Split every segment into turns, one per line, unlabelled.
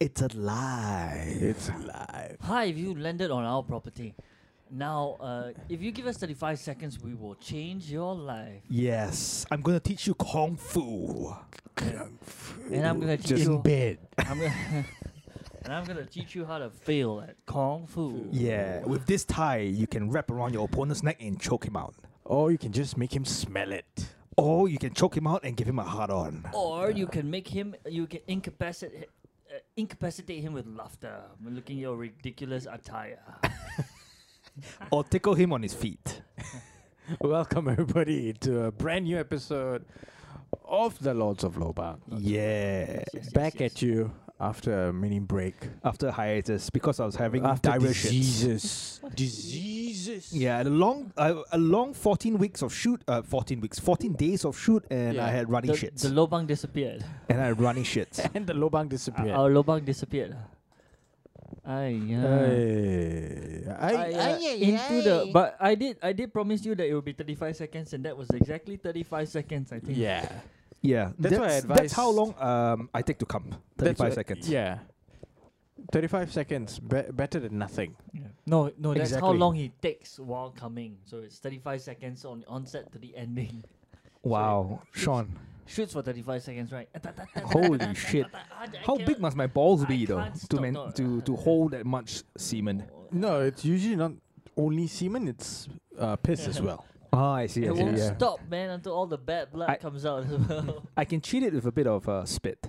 It's alive.
It's live.
Hi, if you landed on our property. Now, uh, if you give us 35 seconds, we will change your life.
Yes, I'm gonna teach you kung fu
And I'm going to teach
Just
you.
bed.
I'm gonna, and I'm going to teach you how to fail at Kung Fu.
Yeah, with this tie, you can wrap around your opponent's neck and choke him out,
Or you can just make him smell it.
or you can choke him out and give him a hard on.
Or you can make him, you can incapacitate, uh, incapacitate him with laughter when looking at your ridiculous attire.
or tickle him on his feet.
Welcome everybody to a brand new episode of the Lords of Lobang.
Yeah.
Yes, yes,
Back
yes.
at you after a mini break.
After hiatus, because I was having
after
diarrhea shits.
diseases. diseases.
Yeah, and a long, uh, a long fourteen weeks of shoot. Uh, fourteen weeks, fourteen days of shoot, and
Yeah.
I had running
The,
shits.
the lobang disappeared.
and I had running shits.
And the Lobang disappeared.
Our lobang disappeared. Ay, ay.
Hey.
uh, I, uh, into the but I did I did promise you that it would be 35 seconds and that was exactly 35 seconds I think.
yeah.
Yeah,
That's why I
That's how
advise-
long um I take to come.
That's
Thirty-five
what-
seconds.
Yeah. 35 seconds. Be- better than nothing.
Yeah. No, no, that's how
Exactly.
long he takes while coming. So it's 35 seconds on onset to the ending.
Wow, Sean.
Shoots for 35 seconds, right?
Holy shit.
I- I
How big
cannot-
must my balls
I
be though
can't
to
stop,
man-
no,
to to
uh,
hold that much semen?
No, it's usually not only semen, it's uh, piss as well.
Ah, I see. I
It
see.
won't
yeah.
stop, man, until all the bad blood
I-
comes out as well.
I can cheat it with a bit of uh, spit.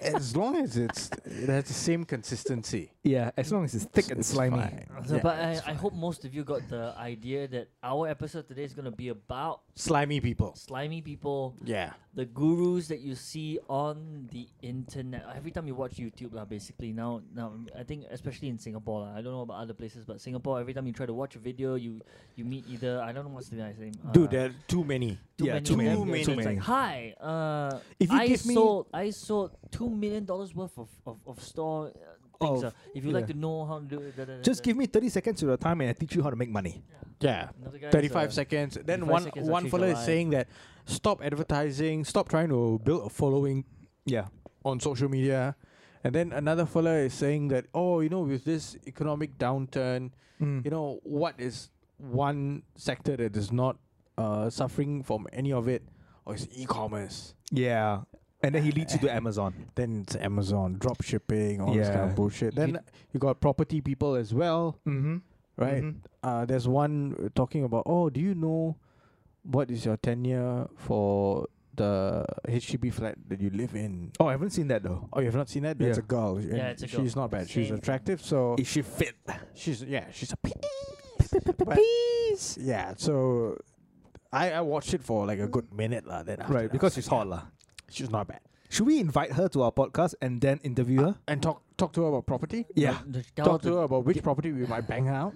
as long as it's it has the same consistency.
Yeah, as long as it's thick and
It's
slimy.
fine.
So,
Yeah,
but
it's
I, I
fine.
hope most of you got the idea that our episode today is going to be about
Slimy people.
slimy people,
Yeah.
the gurus that you see on the internet. Every time you watch YouTube, lah, basically now, now I think especially in Singapore, lah, I don't know about other places, but Singapore, every time you try to watch a video, you you meet either I don't know what's the guy's name.
Dude,
uh,
there are too many.
too
yeah,
many.
too
of them.
many,
So
too
it's
many.
Like, Hi, uh,
If you
I
give me-
sold I sold two million dollars worth of of, of store uh, things.
Of-
uh, if you like
yeah.
to know how to do it, da, da, da,
Just
da.
give me 30 seconds of your time and I teach you how to make money.
Yeah.
Another guy is,
35
uh,
seconds. Then
35
one
seconds
one
actually
fella is
July.
saying that stop advertising, stop trying to build a following
Yeah.
on social media. And then another fella is saying that oh, you know, with this economic downturn,
Mm.
you know, what is one sector that is not uh, suffering from any of it? Or it's e-commerce.
Yeah. And then he leads you to Amazon.
Then it's Amazon drop shipping, all this kind
Yeah.
of bullshit.
You
Then you got property people as well,
Mm-hmm.
right? uh, there's one uh, talking about oh do you know what is your tenure for the HDB flat that you live in
Oh, I haven't seen that though.
oh you have not seen that that's
Yeah.
a girl and
Yeah, it's a girl.
she's not bad she's
Same.
attractive so
Is she fit?
she's yeah she's a piece But- yeah so I, I watched it for like a good minute lah. then after that
Right,
I
because
was
she's
like,
hot. lah.
yeah, she's not bad
Should we invite her to our podcast and then interview her?
and talk talk to her about property
Yeah.
No, the- tell her
talk
to-
to her about which property we might bang her out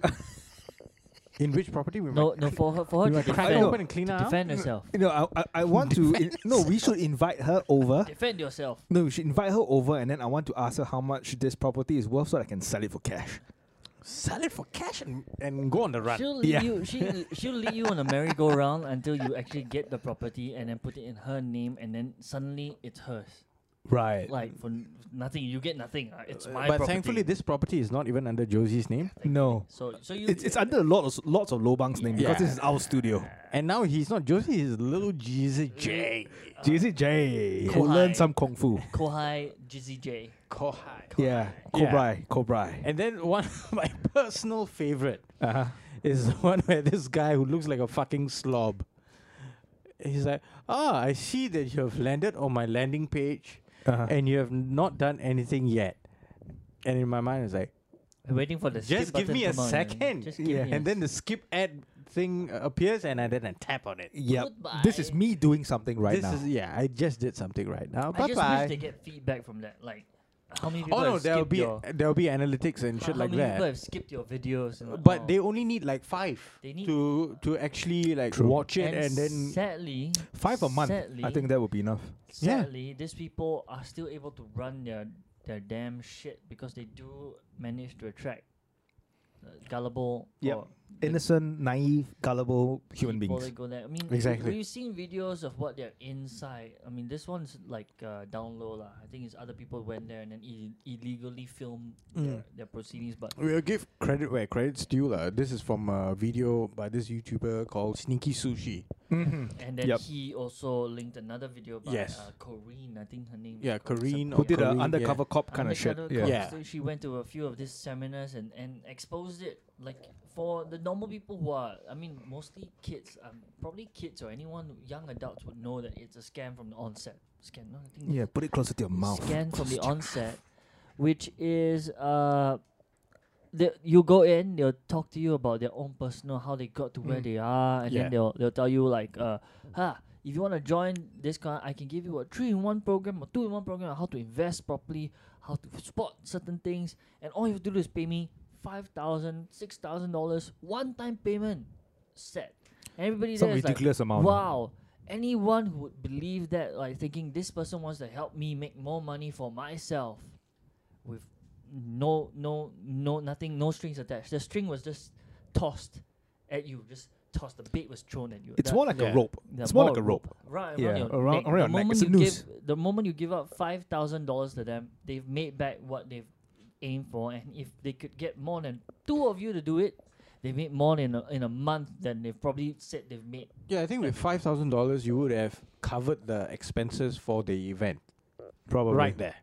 in which property we
No,
might
no, for her, for her
we
to
might crack
defend,
her open and clean her
to
out
defend herself.
You know, I, I, I want to. in- no, we should invite her over.
Defend yourself.
No, we should invite her over and then I want to ask her how much this property is worth so that I can sell it for cash.
sell it for cash and, and go on the run
She'll lead
Yeah.
you. She she'll lead you on a merry-go-round until you actually get the property and then put it in her name, and then suddenly it's hers.
Right.
Like for n- nothing, you get nothing. Uh, It's
Uh,
my
but
property.
thankfully, this property is not even under Josie's name,
No.
so so you
It's, it's under a lot of, lots of Lobang's name because this
Yeah.
is our studio.
and now he's not Josie. He's little Jesus J.
JCJ. Who
Kohai.
learned some Kung Fu.
Kohai Jizzy J.
Kohai.
Yeah.
Yeah.
Cobra. Cobra.
And then one of my personal favorite
Uh-huh.
is the one where this guy who looks like a fucking slob. He's like, ah, I see that you have landed on my landing page,
Uh-huh.
and you have not done anything yet. And in my mind, it's like,
I'm waiting for the skip
Just give
button
me a
come on, man.
second.
Just give
Yeah.
me a
and then the skip ad thing uh, appears, and I didn't tap on it.
Yeah. This is
Goodbye.
me doing something right
this
now.
is yeah. I just did something right now.
I
Bye
just
bye.
wish they get feedback from that. Like how many people
Oh no,
have
there'll
skipped
be
your
there'll be analytics and
how
shit like
many people
that.
have skipped your videos? and like,
But
oh.
they only need like five
They need-
to to actually like
True.
watch it and, then
sadly
Five a month. I
sadly-
think that would be enough.
Yeah.
sadly these people are still able to run their their damn shit because they do manage to attract uh, gullible
Yep.
or
innocent, naive, gullible human
people
beings.
that go there. I mean,
Exactly.
We've seen videos of what they're inside. I mean, this one's like uh, down low lah. I think it's other people went there and then Ill- illegally filmed
Mm.
their, their proceedings. But
We'll give credit where credit's due. lah. This is from a video by this YouTuber called Sneaky Sushi.
Mhm.
and then
Yep.
he also linked another video by
Yes.
uh, Corrine. I think her name.
Yeah,
is called
Corrine
Who
or
something.
did
Korean,
an
yeah.
undercover cop kind of shit?
Undercover
Yeah.
cops.
Yeah.
So she went to a few of these seminars and, and exposed it. Like for the normal people who are, I mean, mostly kids, um, probably kids or anyone, young adults would know that it's a scam from the onset. Scam, no, I think
Yeah, put it closer to your mouth.
scan from the onset, which is uh, the, you go in, they'll talk to you about their own personal how they got to where
Mm.
they are, and
Yeah.
then they'll they'll tell you like, uh, ha, if you want to join this kind, I can give you a three in one program or two in one program on how to invest properly, how to spot certain things, and all you have to do is pay me five thousand, six thousand dollars one time payment, set. And Everybody
Some
there is like,
ridiculous amount.
Wow. Anyone who would believe that, like thinking this person wants to help me make more money for myself with no no no nothing, no strings attached. The string was just tossed at you, just tossed. The bait was thrown at you.
It's
That-
more like
yeah.
a rope.
the
It's more like
ball
a rope.
Right,
Yeah,
around your
around-
neck.
around your
the
neck.
moment
It's a
you
noose.
give the moment you give up five thousand dollars to them, they've made back what they've aimed for, and if they could get more than two of you to do it, they made more in a, in a month than they've probably said they've made.
Yeah, I think with five thousand dollars, you would have covered the expenses for the event.
Probably.
Right there,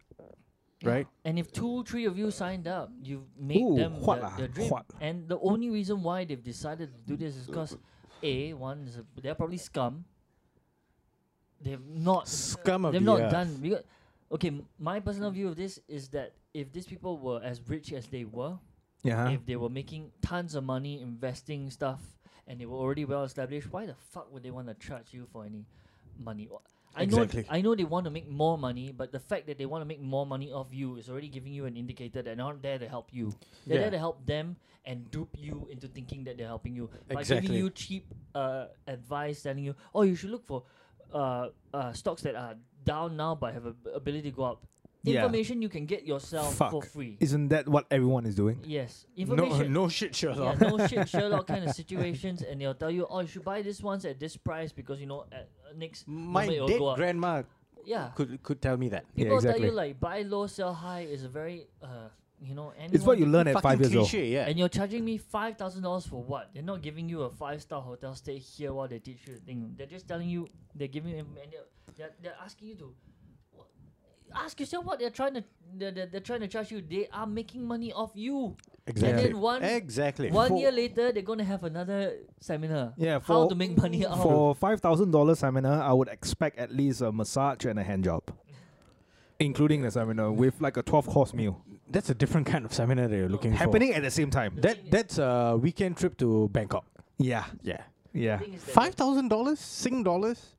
right?
And if two, three of you signed up, you've made
Ooh,
them
what
the,
lah,
the dream.
what?
And the only reason why they've decided to do this is because a one is a, they're probably scum. They've not
Scum of
they've
the
not
earth.
done. Because, okay, m- my personal view of this is that if these people were as rich as they were,
Yeah.
if they were making tons of money investing stuff and they were already well established, why the fuck would they want to charge you for any money? Wha- I know,
Exactly.
I know they want to make more money, but the fact that they want to make more money off you is already giving you an indicator that they're not there to help you. They're
Yeah.
there to help them and dupe you into thinking that they're helping you by
Exactly.
giving you cheap uh, advice, telling you, "Oh, you should look for uh, uh, stocks that are down now but have a ability to go up."
Yeah.
Information you can get yourself for
Fuck.
free.
Isn't that what everyone is doing?
yes,
No,
information.
no shit,
Yeah,
Sherlock.
no shit Sherlock kind of situations, and they'll tell you, oh, you should buy this ones at this price because you know at uh, next
My
moment it'll
dead
go up.
grandma
yeah,
could could tell me that.
Yeah,
people tell
exactly.
you like buy low, sell high is a very uh, you know. Anyone
It's what you
can-
learn at
Fucking
five years old.
cliche, yeah.
And you're charging me five thousand dollars for what? They're not giving you a five star hotel stay here while they teach you the thing. They're just telling you they're giving you and they're, they're, they're asking you to ask yourself what they're trying to they're, they're, they're trying to charge you. They are making money off you.
exactly.
then one-
exactly.
One
For-
year later, they're gonna have another seminar.
Yeah,
how
for-
to make money out of
For five thousand dollars seminar, I would expect at least a massage and a hand job, including the seminar with like a twelve course meal
That's a different kind of seminar that you're looking
happening at the same
for.
time.
That that's a weekend trip to Bangkok.
Yeah,
Yeah,
yeah.
thing is that
five thousand dollars, Sing dollars.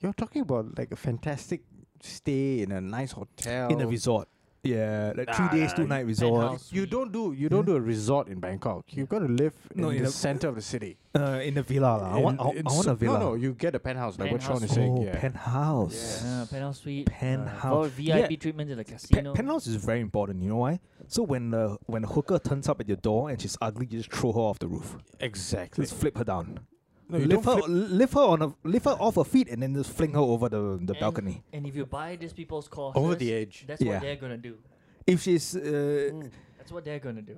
You're talking about like a fantastic stay in a nice hotel
In a resort. Yeah, like three
Nah,
days,
nah,
two
you-
night resort.
Penthouse.
You
Sweet.
don't do you don't do a resort in Bangkok. You've got to live
No,
in
in
the
a-
center of the city.
Uh, in a villa, lah. I want, I, I
In- in
want
so-
a villa.
No, no, you get a penthouse, like what Sean is
Penthouse.
saying.
Oh,
yeah.
penthouse.
Yeah, penthouse suite.
Penthouse.
Uh, for VIP
Yeah.
treatment in the
Pe-
casino.
penthouse is very important. You know why? So when the when the hooker turns up at your door and she's ugly, you just throw her off the roof.
exactly.
Just flip her down.
No, you
lift her,
don't flip-
lift her on a, lift her off her feet, and then just fling her over the, the
And-
balcony.
And if you buy these people's courses,
Over the edge.
that's
Yeah.
what they're gonna do.
If she's uh,
Mm.
That's what they're gonna do.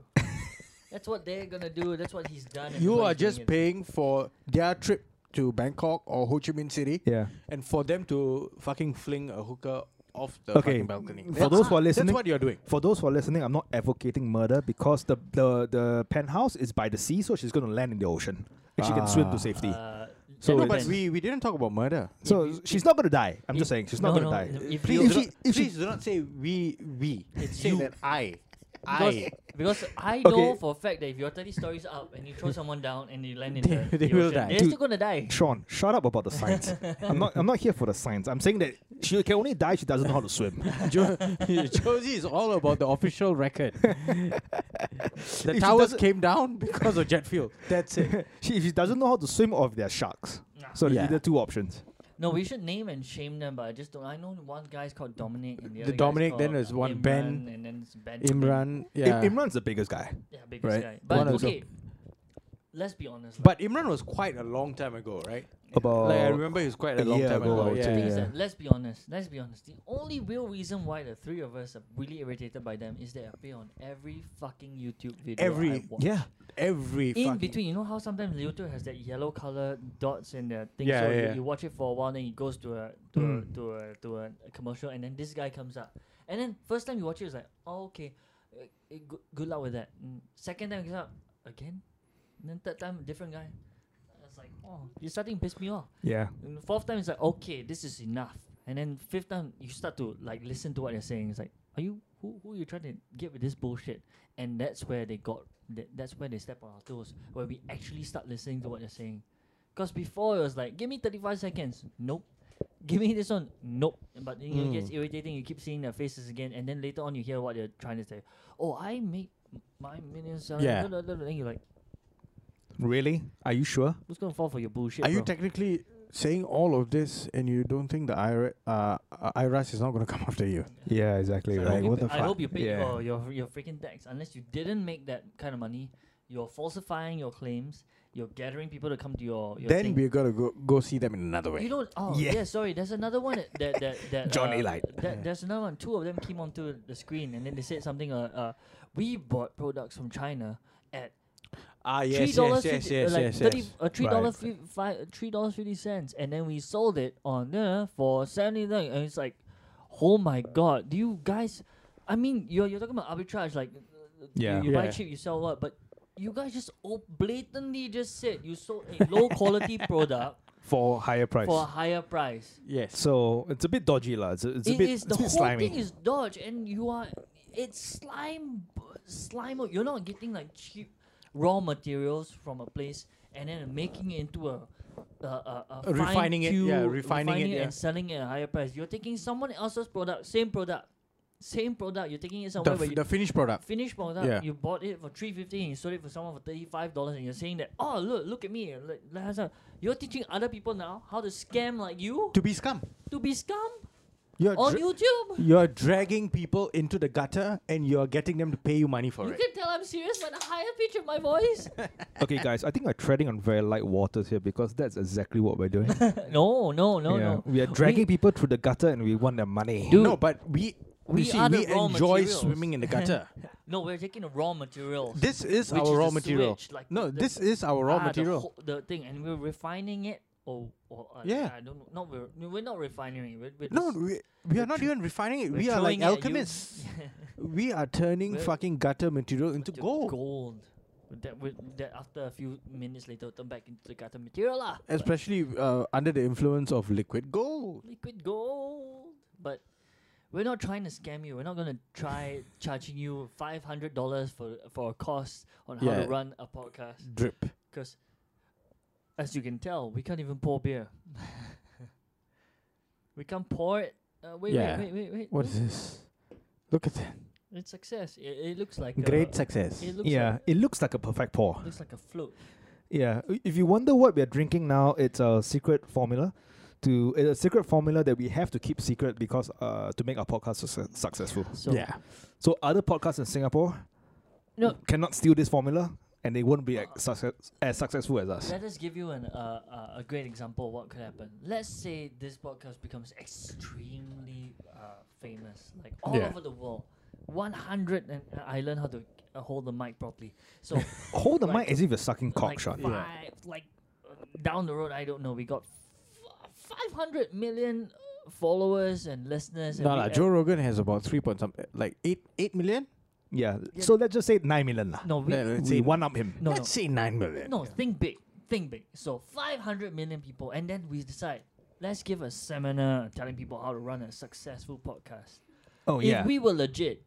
that's what they're gonna do. That's what he's done. and
You
what
are
he's doing
just
it.
paying for their trip to Bangkok or Ho Chi Minh City,
yeah,
and for them to fucking fling a hooker off the
Okay,
fucking balcony.
for
That's-
those who are
that's
listening-
what you're doing.
for those who are listening, I'm not advocating murder because the the, the penthouse is by the sea, so she's going to land in the ocean and she can swim
Ah.
to safety.
Uh,
So
no,
it
but
depends.
we, we didn't talk about murder.
so
if you-
she's not going to die. I'm
if-
just saying she's not
no,
going to die.
no, no, if
please,
you-
do
she-
not,
if she-
please do not say we we.
It's
say
you.
that I
because,
I.
because I
Okay.
know for a fact that if you're 30 stories up and you throw someone down and you land in
They-
the,
they
the
will
ocean,
die.
they're
Dude.
still gonna die.
Sean, shut up about the science. I'm not. I'm not here for the science. I'm saying that she can only die if she doesn't know how to swim.
Jo- Josie is all about the official record. the
she
towers
doesn't-
came down because of jet fuel. That's it.
she, if she doesn't know how to swim, or if they're sharks.
Nah.
So
Yeah.
there's either two options.
No, we should name and shame them, but I just don't. I know one guy's called Dominic, and the,
The
other guy's
Dominic, then
called,
there's
uh,
one Ben,
Imran, and then it's Ben.
Imran,
I-
yeah.
Imran's the biggest guy.
Yeah, biggest
Right.
guy.
One
But
of the-
okay, let's be honest. lah.
But Imran was quite a long time ago, right?
About
like I remember he was quite a,
a
long
year
time
ago,
ago.
I would
yeah.
say,
thing is
yeah.
that- let's be honest. Let's be honest. The only real reason why the three of us are really irritated by them is they appear on every fucking YouTube video.
Every-
I watch.
yeah,
Every
In
fucking-
between, you know how sometimes YouTube has that yellow color dots in the thing,
Yeah,
so
yeah,
you,
yeah. Hmm.
you watch it for a while, then it goes to a to
Mm.
a, to a to a commercial, and then this guy comes up, and then first time you watch it, it's like, oh, okay, uh, uh, good, good luck with that. Mm. Second time it comes up again, and then third time different guy. It's like, oh, you're starting to piss me off.
yeah.
And the fourth time it's like, okay, this is enough. And then fifth time you start to like listen to what they're saying. It's like, are you who who you trying to get with this bullshit? And that's where they got that, that's where they step on our toes, where we actually start listening to what they're saying. Because before it was like, give me thirty five seconds. Nope. Give me this one. Nope. But then
Hmm.
it gets irritating. You keep seeing their faces again, and then later on you hear what they're trying to say. Oh, I make my millions. selling,
Yeah.
blah, blah, blah, blah." And you're like,
Really? Are you sure?
who's gonna fall for your bullshit?
Are you
bro?
technically saying all of this and you don't think the IRA, uh, uh, IRAS is not going to come after you?
Yeah, exactly.
So
right.
like,
I hope
what
you
the
pa- I
fuck?
hope you paid
Yeah.
your, your your freaking tax. Unless you didn't make that kind of money, you're falsifying your claims. You're gathering people to come to your. your
Then
thing.
we got to go, go see them in another
You
way.
don't. Oh
Yeah.
yeah. sorry. There's another one that that that, that
John
uh,
Elite.
That, there's another one. Two of them came onto the screen and then they said something. Uh, uh we bought products from China at
Ah,
three dollars fifty, uh, like thirty, uh, three
Right.
dollars five, three dollars fifty cents, and then we sold it on there for seventy nine, and it's like, oh my god, do you guys? I mean, you're you're talking about arbitrage, like, uh,
Yeah.
you, you buy
Yeah.
cheap, you sell a lot, but you guys just o- blatantly just said you sold a low quality product
For higher price.
for a higher price.
Yes.
so it's a bit dodgy, lah. It's, it's a
It is
bit, it's
the
a bit
whole
slimy.
thing is dodge, and you are it's slime, slime. You're not getting like cheap raw materials from a place and then making it into a, a, a, a
Uh, Refining it, yeah,
fine-tuned-
refining it, yeah.
and selling it at a higher price. You're taking someone else's product, same product, same product. You're taking it
the,
somewhere
f-
where you
the finished product.
finished product.
Yeah.
You bought it for three fifty and you sold it for someone for thirty five dollars, and you're saying that oh look look at me, like, like, like, you're teaching other people now how to scam like you
To be scum.
to be scum
You're,
on
dra-
YouTube.
you're dragging people into the gutter and you're getting them to pay you money for
You
it.
can tell I'm serious by the higher pitch of my voice.
okay, guys, I think we're treading on very light waters here because that's exactly what we're doing.
no, no, no,
Yeah.
no.
We are dragging people through the gutter and we want their money.
Dude.
No, but we
We
we, see,
are the
we
raw
enjoy
materials.
swimming in the gutter.
No, we're taking the raw materials.
this is
Which
our
is
raw
the
material.
switch, like
no,
the- the-
this is our raw
Ah,
material.
The, whole- the thing, and we're refining it. Or, or uh,
Yeah.
I don't know. No, we're no, we're not refining it. We're, we're
no,
just-
we, we
we're
are not
tr-
even refining it.
we're
We are
throwing it at you.
like alchemists. we are turning
We're-
fucking gutter material into
to
gold.
Gold. That will that after a few minutes later turn back into the gutter material lah. But
Especially uh, under the influence of liquid gold.
liquid gold. But we're not trying to scam you. We're not gonna try charging you five hundred dollars for for a cost on how
Yeah.
to run a podcast.
Drip.
Because, as you can tell, we can't even pour beer. we can't pour it. Uh, wait,
Yeah.
wait, wait, wait, wait.
What is this? Look at that.
It's success. It, it looks like
Great
A,
success.
it looks
Yeah,
like,
it looks like a perfect pour.
looks like a float.
Yeah, i- if you wonder what we are drinking now, it's a secret formula. To it's a secret formula that we have to keep secret because uh to make our podcast succe- successful.
So
yeah.
So other podcasts in Singapore
No.
cannot steal this formula, and they won't be as, success, as successful as us.
Let us give you an uh, uh, a great example of what could happen. Let's say this podcast becomes extremely uh, famous, like all
Yeah.
over the world. One hundred and I learned how to uh, hold the mic properly. So
Hold the
Like-
mic as if you're sucking cock
like
shot.
Five, Like uh, down the road, I don't know. We got f- 500 million uh, followers and listeners. And
No,
we-
no,
and-
Joe Rogan has about three point something, like eight, eight million.
Yeah.
Yeah.
So let's just say nine million lah.
No, we,
Yeah, let's
We
say
one up him.
no, no,
Let's say nine million.
no. Think big, think big. So 500 million people, and then we decide. Let's give a seminar telling people how to run a successful podcast.
Oh
If we were legit,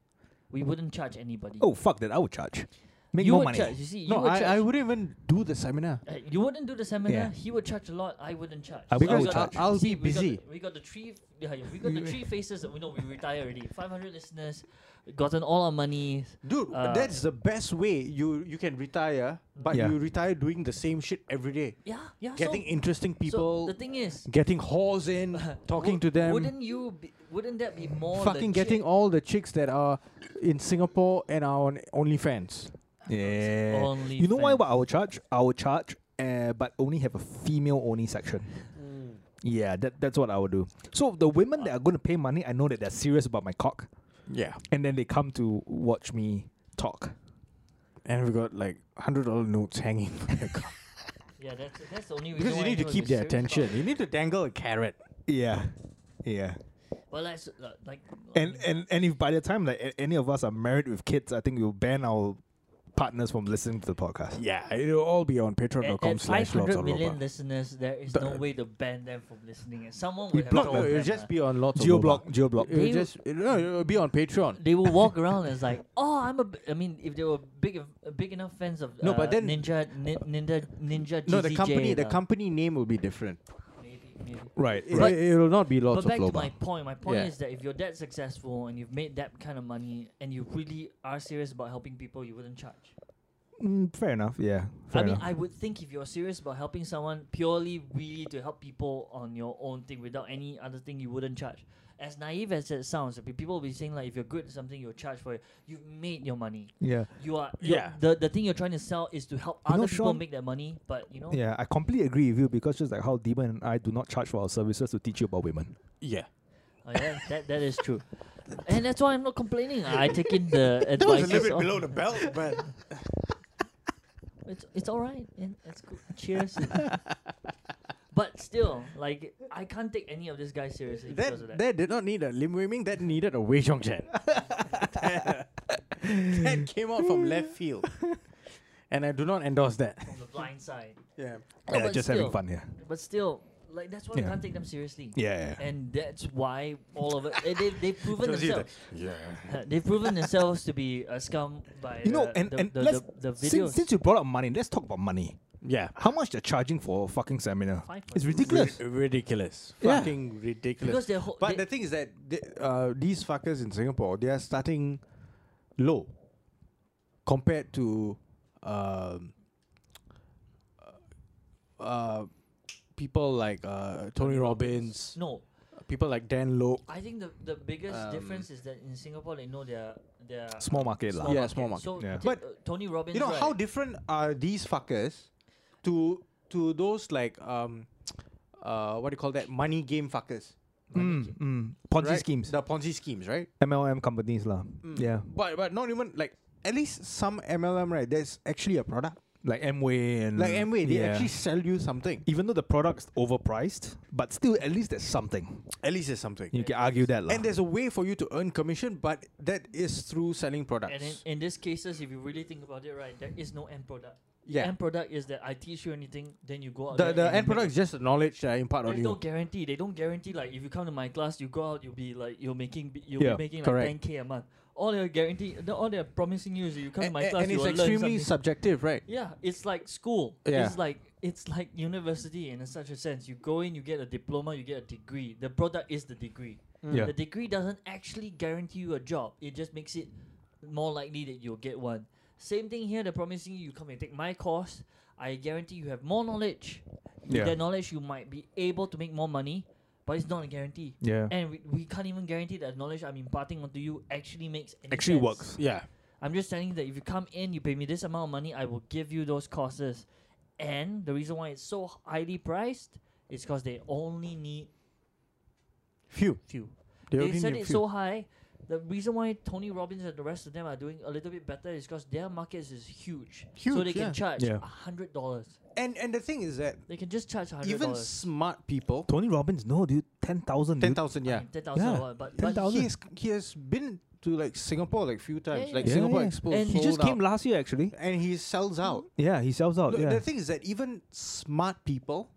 we wouldn't charge anybody.
oh fuck that! I would charge. Make
you
more
would
money.
charge. You see, you
No,
would
I,
charge.
I wouldn't even do the seminar.
Uh, you wouldn't do the seminar.
Yeah.
He would charge a lot. I wouldn't charge.
I would- I
we
would
got
charge.
the-
I'll
see,
be
we got the-
busy.
We got the three. Yeah, yeah, we got the three faces that we know we retire already. Five hundred listeners, gotten all our money.
Dude,
Uh,
that's the best way you you can retire, but
Yeah.
you retire doing the same shit every day.
Yeah, yeah.
Getting
so,
interesting
So
people,
the thing is,
getting whores in, talking
would-
to them,
Wouldn't you? Be, wouldn't that be more
fucking
legit?
getting all the chicks that are in Singapore and are on OnlyFans. Yeah.
Only
You know why? What I will charge? I will charge, uh, but only have a female only section. Hmm. Yeah, that, that's what I will do. So the women that are going to pay money, I know that they're serious about my cock,
Yeah.
and then they come to watch me talk.
And we got like hundred dollar notes hanging from the car.
Yeah, that's that's the only reason.
because you
why
need to
anyone
keep
was
their
serious about
attention. You need to dangle a carrot.
Yeah, yeah.
it. Well, that's uh, like.
And and and if by the time like a- any of us are married with kids, I think we'll ban our partners from listening to the podcast.
Yeah, it'll all be on
at, at
patreon.com slash
500
lots
million listeners, there is
But- uh,
no way to ban them from listening. And someone
We
would have
block
told
them.
No, it'll
them,
just
uh,
be on lots
Geoblock, geoblock.
It'll
They-
just it- no, it'll be on Patreon.
They will walk around as like, oh, I'm a. B-. I mean, if they were big, of- big enough fans of
No,
uh,
but then-
Ninja, nin, Ninja, Ninja.
No, the
GZJ,
company the
uh,
company name will be different.
Maybe, maybe.
Right,
It,
But-
it'll not be lots
but back
of
to my
Loba.
point. My point
Yeah.
is that if you're that successful and you've made that kind of money and you really are serious about helping people, you wouldn't charge.
Mm, fair enough. Yeah. Fair
I mean,
enough.
I would think if you're serious about helping someone purely really to help people on your own thing without any other thing, you wouldn't charge. As naive as it sounds, pe- people will be saying like, if you're good at something, you'll charge for it. You've made your money.
yeah.
You are you're-
Yeah.
The the thing you're trying to sell is to help
You know,
other people
Sean-
make their money, but you know.
Yeah, I completely agree with you because just like how Demon and I do not charge for our services to teach you about women.
Yeah.
Oh, yeah, that that is true, and that's why I'm not complaining. I take in the advice.
the belt, but
It's it's all right. And it's cool. Cheers. but still, like I can't take any of this guy seriously because of
that,
that.
that did not need a Lim Wei Ming, that needed a Wei Zhong Chen. that that came out from left field. And I do not endorse that.
From the blind side.
Yeah.
No,
yeah,
but
just having
still-
fun here.
But still, like that's why
Yeah.
we can't take them seriously.
Yeah.
And that's why all of it. eh, They they've proven
Josie, the-
themselves. they've proven themselves to be a scum by
You know,
the,
and,
the,
and
the,
let's,
the, the videos.
since, since you brought up money, let's talk about money.
Yeah.
How much they're charging for a fucking seminar?
Five
It's
point-
ridiculous.
Rid- ridiculous.
Yeah.
Fucking ridiculous.
Because they're ho-
but
they-
the thing is that the uh, these fuckers in Singapore, they are starting low compared to um, uh, people like uh, Tony Robbins,
no,
people like Dan Loke.
I think the, the biggest
Um,
difference is that in Singapore they know their their
Small market lah.
Yeah, small market.
So
Yeah.
t-
But,
uh, Tony Robbins.
You know, how
right?
different are these fuckers to to those like um, uh, what do you call that? Money game fuckers.
Mm, mm. Ponzi
right?
schemes,
The Mm. Ponzi schemes, right?
MLM companies lah. Yeah,
But but not even like at least some MLM right. There's actually a product
like Amway and
like Amway.
Mm.
They
yeah.
actually sell you something.
even though the product's overpriced, but still at least there's something.
At least there's something.
You can argue that lah.
And there's a way for you to earn commission, but that is through selling products.
And in, in these cases, if you really think about it, right, there is no end product.
yeah.
End product is that I teach you anything, then you go out.
the
there
the
and you
end
make
product is just the knowledge that I impart
There's no
on you.
guarantee. They don't guarantee like if you come to my class, you go out, you'll be like you're making bi- you'll
Yeah,
be making
correct.
like 10k a month. All they're guarantee, the- all they're promising you is you come to
A-
my
a-
class,
and
you
it's
will learn
extremely
something.
subjective, right?
yeah, it's like school.
Yeah.
It's like it's like university in such a sense. You go in, you get a diploma, you get a degree. The product is the degree.
Mm.
Yeah.
The degree doesn't actually guarantee you a job. It just makes it more likely that you'll get one. Same thing here. They're promising you, you come and take my course. I guarantee you have more knowledge.
Yeah.
With that knowledge, you might be able to make more money, but it's not a guarantee.
yeah,
And we, we can't even guarantee that the knowledge I'm imparting onto you actually makes any
actually
sense.
works.
Yeah.
I'm just telling you that if you come in, you pay me this amount of money, I will give you those courses. And the reason why it's so highly priced is because they only need
Few.
few.
They
They,
only
set
need
it
few.
so high. The reason why Tony Robbins and the rest of them are doing a little bit better is because their market is huge. so
Huge,
they
yeah.
can charge
Yeah.
a hundred dollars.
And and the thing is that
They can just charge a hundred
even
dollars.
smart people,
Tony Robbins, no dude, ten thousand.
ten thousand, yeah.
ten thousand
Yeah.
dollars. But,
Ten
but
thousand.
He has he has been to like Singapore like few times,
yeah,
like
yeah.
Singapore
Yeah, yeah.
Expo.
And
He just
sold out.
came last year actually.
and he sells out.
Yeah, he sells out.
Look,
yeah.
The thing is that even smart people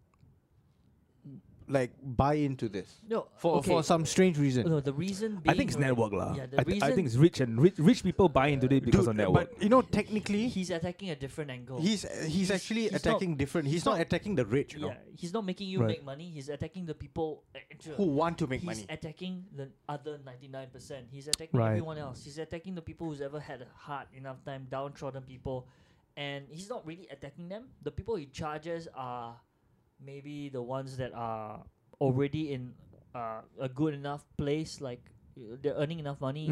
like buy into this
no,
for
okay.
for some strange reason.
No, the reason.
I
Being
think it's
right-
network lah.
Yeah, the
I, th-
reason
I think it's rich and rich rich people buy into it because of
Dude,
network.
But you know, technically,
he's attacking a different angle.
he's uh, he's
He's-
actually
he's not-
attacking different. He's,
he's
not,
not-
attacking the rich, you know,
yeah, he's not making you
Right.
make money. He's attacking the people. uh, actually-
who want to make
he's
money.
attacking the other 99%. He's attacking
Right.
everyone else. He's attacking the people who's ever had a hard enough time, downtrodden people. And he's not really attacking them. The people he charges are maybe the ones that are already in uh, a good enough place, like Mm,
Mm.
Mm.
uh, they're earning enough money.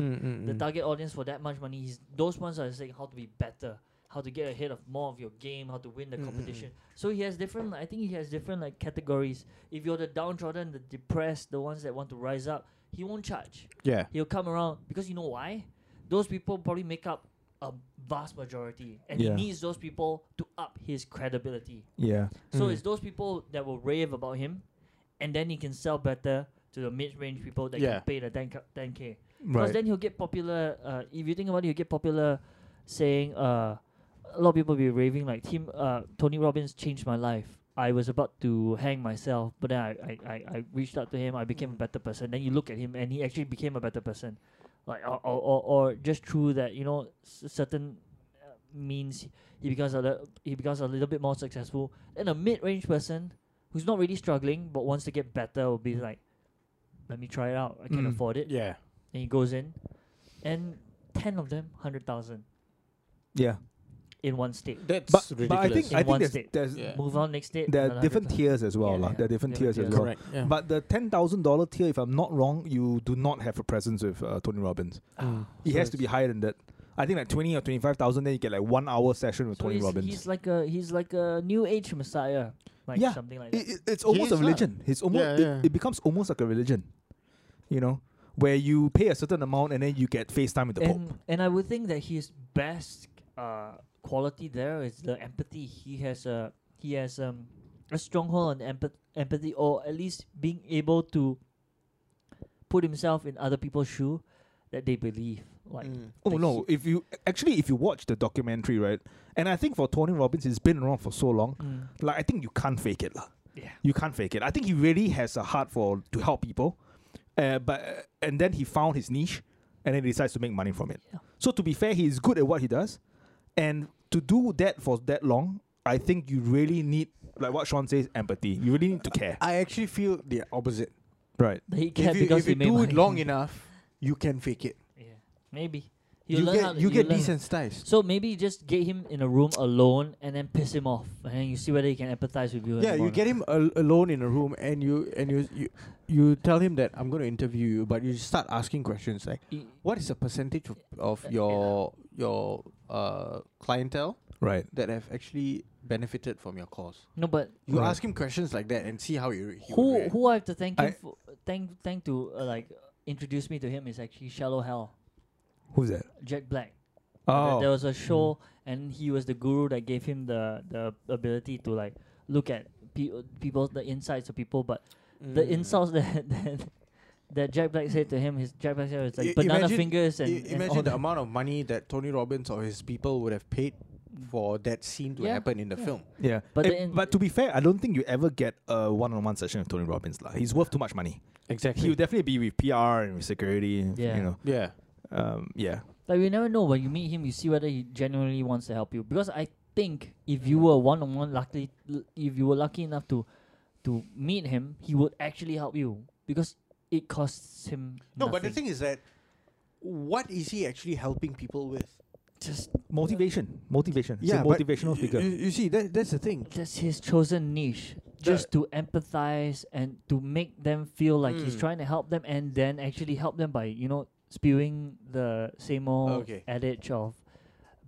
The target audience for that much money, he's, those ones are saying how to be better, how to get ahead of more of your game, how to win the competition. So he has different. like, I think he has different like categories. If you're the downtrodden, the depressed, the ones that want to rise up, he won't charge.
Yeah.
He'll come around because you know why? Those people probably make up a vast majority, and
Yeah.
he needs those people to up his credibility.
Yeah.
So
Mm.
it's those people that will rave about him, and then he can sell better to the mid-range people that
Yeah.
can pay the 10 k. 10K. Because
Right.
then he'll get popular. Uh, if you think about it, he'll get popular saying, uh, a lot of people be raving like Tim, uh, Tony Robbins changed my life. I was about to hang myself, but then I, I, I, I reached out to him. I became a better person. Then you look at him, and he actually became a better person, like or or, or, or just through that you know s- certain uh, means he becomes a li- he becomes a little bit more successful. Then a mid range person who's not really struggling but wants to get better will be like, let me try it out. I can
Mm.
afford it
Yeah.
and he goes in, and ten of them hundred thousand
yeah.
in one state.
That's
But,
ridiculous.
but I think
In
I think
one
there's,
state.
there's
Yeah.
Move on next state.
there are
another
different
100,000.
tiers as well,
Yeah,
lah.
yeah.
There are different
Different
tiers as
tiers.
well.
correct. Yeah.
But the ten thousand dollar tier, if I'm not wrong, you do not have a presence with uh, Tony Robbins.
Mm.
It
Ah, So
has to be
it's-
higher than that. I think like twenty or twenty five thousand, then you get like one hour session with
So
Tony
he's,
Robbins.
he's like a he's like a new age messiah, like
Yeah,
something like that.
it, it, it's almost
is
a
lah.
religion. It's almost
Yeah,
it,
yeah.
it becomes almost like a religion, you know, where you pay a certain amount and then you get FaceTime with the
and
Pope.
and I would think that his best uh, quality there is the empathy. He has a he has um a stronghold on empath- empathy, or at least being able to put himself in other people's shoe that they believe. Like
Mm.
Oh
like
no! If you actually, if you watch the documentary, right, and I think for Tony Robbins, it's been around for so long.
he- mm,
Like I think you can't fake it, lah.
yeah.
You can't fake it. I think he really has a heart for to help people, uh, but and then he found his niche, and then he decides to make money from it.
Yeah.
So to be fair, he is good at what he does, and to do that for that long, I think you really need, like what Sean says, empathy. You really need to care.
I actually feel the opposite.
Right.
But he can
If you,
because
if
he
you
made
do
money.
it long enough, you can fake it.
Yeah, maybe
You,
He'll learn how
get
to-
you
he'll
get
learn.
desensitized.
So maybe just get him in a room alone and then piss him off, and then you see whether he can empathize with you.
Yeah, you
anymore.
get him al- alone in a room, and you and you, you you tell him that I'm going to interview you, but you start asking questions like,
He-
what is the percentage of, of your your uh, clientele
Right.
that have actually benefited from your course?
no, but
You
Right.
ask him questions like that and see how he, re- he would
who
react.
who I have to thank
I-
him for thank thank to uh, like introduce me to him is actually Shallow Hell,
Who's that?
Jack Black. There-
Oh,
There was a
Mm.
show, and he was the guru that gave him the the ability to like look at pe- people, the insights of people, but the Mm.
Mm.
insults that, that that Jack Black said to him, his Jack Black said was like
I-
banana
imagine-
fingers and,
I-
and all
imagine the
that.
amount of money that Tony Robbins or his people would have paid for that scene to
Yeah,
happen in the
yeah.
film.
yeah.
but
But,
the in-
but to be fair, I don't think you ever get a one-on-one session with Tony Robbins. lah. He's worth too much money.
Exactly.
He will definitely be with PR and with security.
Yeah.
You know.
yeah.
Um, yeah.
Like you never know when you meet him, you see whether he genuinely wants to help you. Because I think if you were one on one, luckily, l- if you were lucky enough to to meet him, he would actually help you because it costs him.
No, but the
nothing.
thing is that what is he actually helping people with?
just
Motivation. Motivation. He's a
but
motivational
you-
speaker.
You, you see, that that's the thing.
that's his chosen niche, just to empathize and to make them feel like he's
Mm.
trying to help them, and then actually help them by you know spewing the same old
Okay. Mm-hmm.
adage of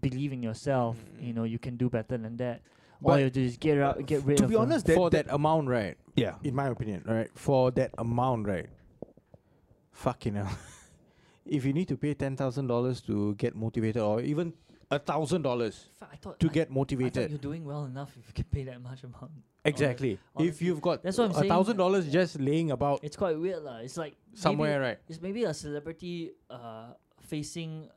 believe in yourself. You know you can do better than that. All
But-
you do is get out, get rid
to
of.
be
them.
honest, that,
for
that,
that, amount, right?
yeah,
In my opinion, right? For that amount, right? Fucking hell. if you need to pay ten thousand dollars to get motivated, or even a thousand dollars
Fuck, I thought
to
I-
get
I thought
motivated,
you're doing well enough if you can pay that much amount.
exactly. If
honestly,
you've got
that's what I'm
a
saying.
thousand dollars just laying about
It's quite weird, lah. It's like maybe-
somewhere, right?
it's maybe a celebrity uh, facing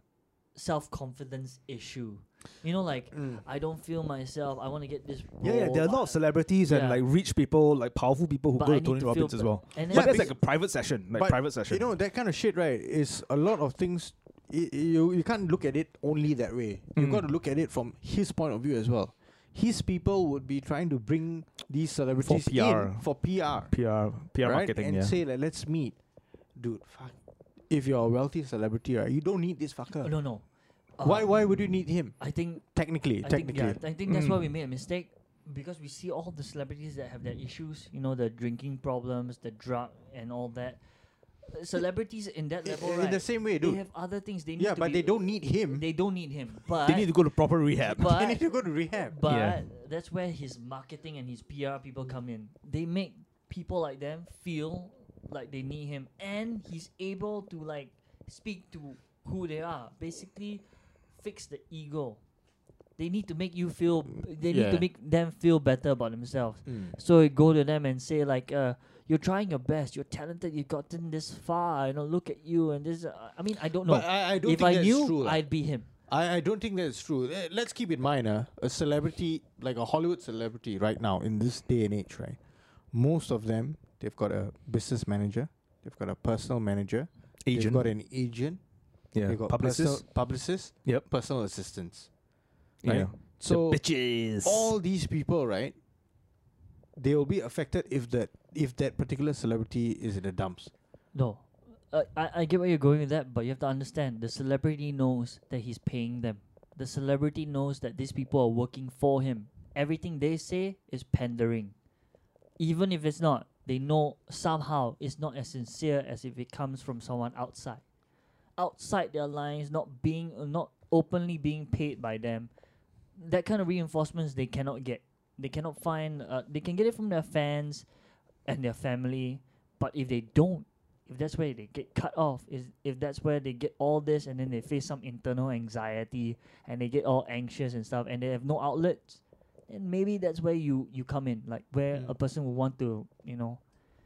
self confidence issue. You know, like
Mm.
I don't feel myself. I want to get this. Role,
yeah, yeah. There are a lot of celebrities and
Yeah.
like rich people, like powerful people who
But
go
I
to
need
Tony
to feel
Robbins as
b-
well.
and then
but that's
bec-
like a private session, like
but
private session.
You know that kind of shit, right? Is a lot of things. y- y- You you can't look at it only that way. You've got
Mm.
to look at it from his point of view as well. His people would be trying to bring these celebrities
PR.
in for PR,
PR, PR
right?
marketing.
and
yeah.
say like, let's meet, dude. Fuck. If you're a wealthy celebrity, right, you don't need this fucker.
oh, no, no.
why?
Um,
Why would you need him?
I think
Technically,
I think,
technically.
yeah, I think that's why
Mm.
we made a mistake because we see all the celebrities that have their issues, you know, the drinking problems, the drug, and all that. celebrities in that level,
in
right?
the same way,
they
dude.
have other things they need.
yeah,
to
but
be-
they don't need him. They,
They don't need him. But
They need to go to proper rehab.
but-
need to go to rehab.
But
Yeah.
that's where his marketing and his PR people come in. They make people like them feel like they need him, and he's able to like speak to who they are. Basically, fix the ego. They need to make you feel. They need to
Yeah.
make them feel better about themselves. So you go to them and say like, uh, "You're trying your best. You're talented. You've gotten this far. You know, look at you." And this. Uh, I mean, I don't know.
But I, I don't
if
think
I
that's
knew,
true. lah.
I'd be him.
I, I don't think that's true. Eh, Let's keep in mind, uh, a celebrity, like a Hollywood celebrity right now in this day and age, right? Most of them, they've got a business manager, they've got a personal manager, they've
Agent.
got an agent,
yeah.
they've got
Publicist.
personal, publicist,
Yep.
personal assistants.
Yeah.
Right? So
the bitches.
all these people, right? They will be affected if that if that particular celebrity is in the dumps.
No. Uh, I, I get where you're going with that, but you have to understand the celebrity knows that he's paying them. The celebrity knows that these people are working for him. Everything they say is pandering. Even if it's not, they know somehow it's not as sincere as if it comes from someone outside. Outside their lines, not being uh, not openly being paid by them. That kind of reinforcements they cannot get. They cannot find uh, they can get it from their fans and their family, but if they don't if that's where they get cut off is if that's where they get all this and then they face some internal anxiety and they get all anxious and stuff and they have no outlets and maybe that's where you you come in like where
Mm.
a person would want to you know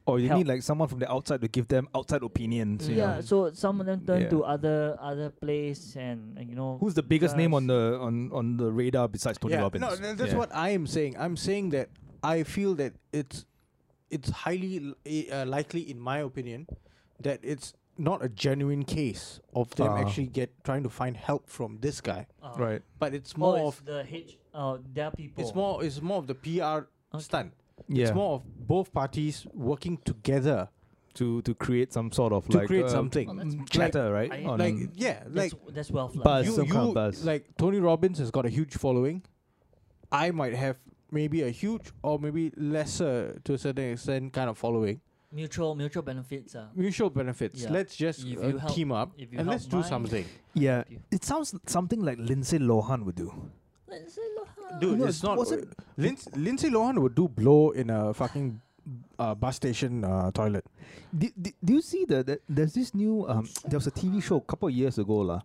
Or you
help.
need like someone from the outside to give them outside opinions. you
yeah
know.
so some of them turn
Yeah.
to other other place and, and you know
Who's the biggest name on
Just-
the on, on the radar besides Tony
yeah,
Robbins?
no, tha- that's
Yeah.
what I am saying. I'm saying that I feel that it's it's highly l- i- uh, likely, in my opinion, that it's not a genuine case of them
Ah.
actually get trying to find help from this guy,
uh,
Right.
but it's
oh,
more
it's
of
the hitch uh their people
it's more it's more of the PR
Okay.
stunt.
Yeah.
It's more of both parties working together
to to create some sort of
To
like
create
uh,
something.
mm,
Oh, that's-
chatter, right?
I-
on-
like yeah,
that's,
like
that's wealth lah.
Buzz.
you,
some
you
kind of buzz.
like Tony Robbins has got a huge following. I might have maybe a huge or maybe lesser to a certain extent kind of following.
mutual mutual benefits uh,
Mutual benefits.
Yeah.
Let's just
If
uh,
you help-
team up
if you
and
help
let's do
mine-
something.
yeah.
you.
It sounds something like Lindsay Lohan would do.
Lindsay Lohan.
Dude,
No,
it's not.
wasn't-
Lindsay, Lindsay Lohan would do blow in a fucking uh, bus station uh, toilet.
Do, do, do you see that that there's this new um there was a TV show a couple of years ago lah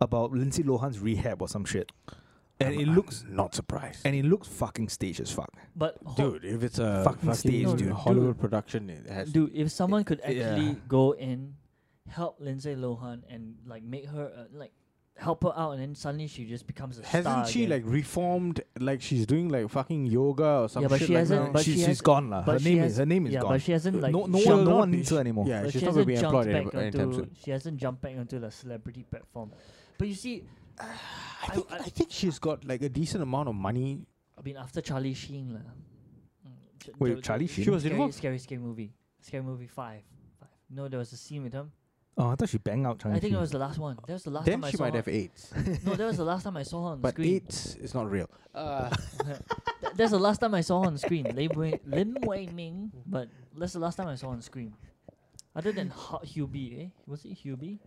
about Lindsay Lohan's rehab or some shit. And
I'm-
it
I'm
looks
not surprised.
and it looks fucking staged as fuck.
but ho-
dude, if it's a
Fucking stage, dude.
Hollywood production, it has.
Dude, if someone could actually
yeah.
go in, help Lindsay Lohan and like make her uh, like help her out, and then suddenly she just becomes a star.
Hasn't she
again.
like reformed? Like she's doing like fucking yoga or some
Yeah, but
shit
she
like
hasn't-
that?
but
she,
she
has
has-
gone lah. Her
but she
name
has-
is her name is
yeah,
gone.
but she hasn't like
no no
she'll
one no
not
one
be-
needs her anymore.
Yeah,
but
she's
she
not gonna
hasn't
be
jumped
employed
back
any- anytime
onto
soon.
she hasn't jumped back onto the celebrity platform. But you see,
I
I-
think,
I-
I think she's got like a decent amount of money.
I mean, after Charlie Sheen, lah. Mm, Ch-
Wait,
the- the-
Charlie
scary-
Sheen?
was
scary,
involved?
scary, scary movie, scary movie five. Five. No, there was a scene with him.
Oh, I thought she banged out Chang
I think that was the last one. That was the last
then
time I
she
saw
might
her.
have AIDS,
No, that was the last time I saw her on
but
screen.
AIDS is not real. Uh,
Th- that's the last time I saw her on screen. Lin Wei Lin Wei Ming, but that's the last time I saw her on screen. Other than Hu- Hubie, eh? Was it Hubie?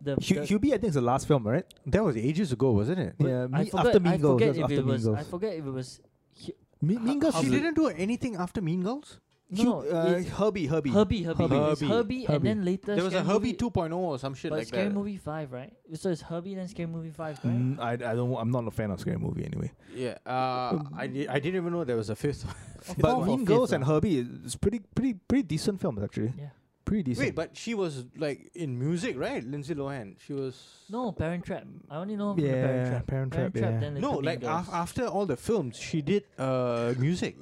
The, the-
Hubie, I think is the last film, right?
that was ages ago, wasn't it?
Yeah,
I
me,
forgot,
after
I
Mean Girls.
forget
that's
if
after
it
Mean
was. I
Girls.
forget if it was Hu-
Me- Mean Girls.
how-
She
was-
didn't do anything after Mean Girls.
no,
Hu-
no,
uh,
it's
Herbie, Herbie.
Herbie, Herbie, It was
Herbie.
Herbie, and then later
there was a
Scary
Herbie
Movie-
2.0 or some shit
but
like
Scary
that.
Movie Five, right? So it's Herbie, then Scary Movie Five, right?
Mm, I, I don't. I'm not a fan of scary movie anyway.
Yeah, uh, I, di- I didn't even know there was a fifth. one.
Of
But
course.
Mean
Fifth
Girls
lah.
and Herbie is pretty, pretty, pretty decent films actually.
Yeah.
Pretty decent.
Wait, but she was like in music, right? Lindsay Lohan. She was
No, Parent Trap. I only know from the
Yeah,
Parent Trap.
Parent Trap, yeah.
then later
no
Mean
like
Girls.
af- after all the films, she did uh music.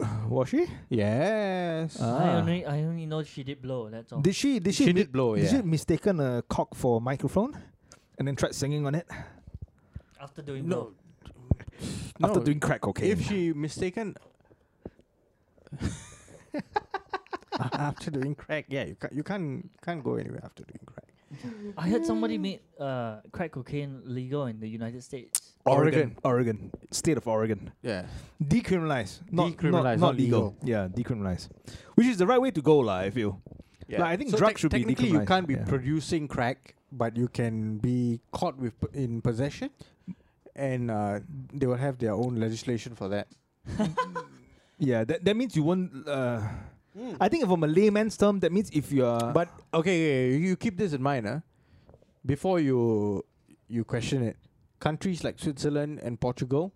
was she?
Yes.
Ah.
I only I only know she did blow. That's all.
Did she? Did she?
she, did blow.
Did
Yeah.
she mistaken a cock for a microphone, and then tried singing on it
after doing blow.
no.
after
No,
doing crack cocaine?
If she mistaken. after doing crack, yeah, you can't you can't can't go anywhere after doing crack.
I heard somebody made uh, crack cocaine legal in the United States.
Oregon, Oregon, state of Oregon,
Yeah.
decriminalized, not not- not,
Decriminalised, not
legal.
legal.
Yeah, decriminalized, which is the right way to go, lah. I feel.
Yeah.
Like, I think
so
drugs
tec-
should be
technically you
decriminalised,
can't be
yeah.
producing crack, but you can be caught with p- in possession, and uh, they will have their own legislation for that.
Yeah, that, that means you won't. Uh, I think from a layman's term, that means if you are.
But okay, yeah, you keep this in mind, huh? Before you you question it, countries like Switzerland and Portugal,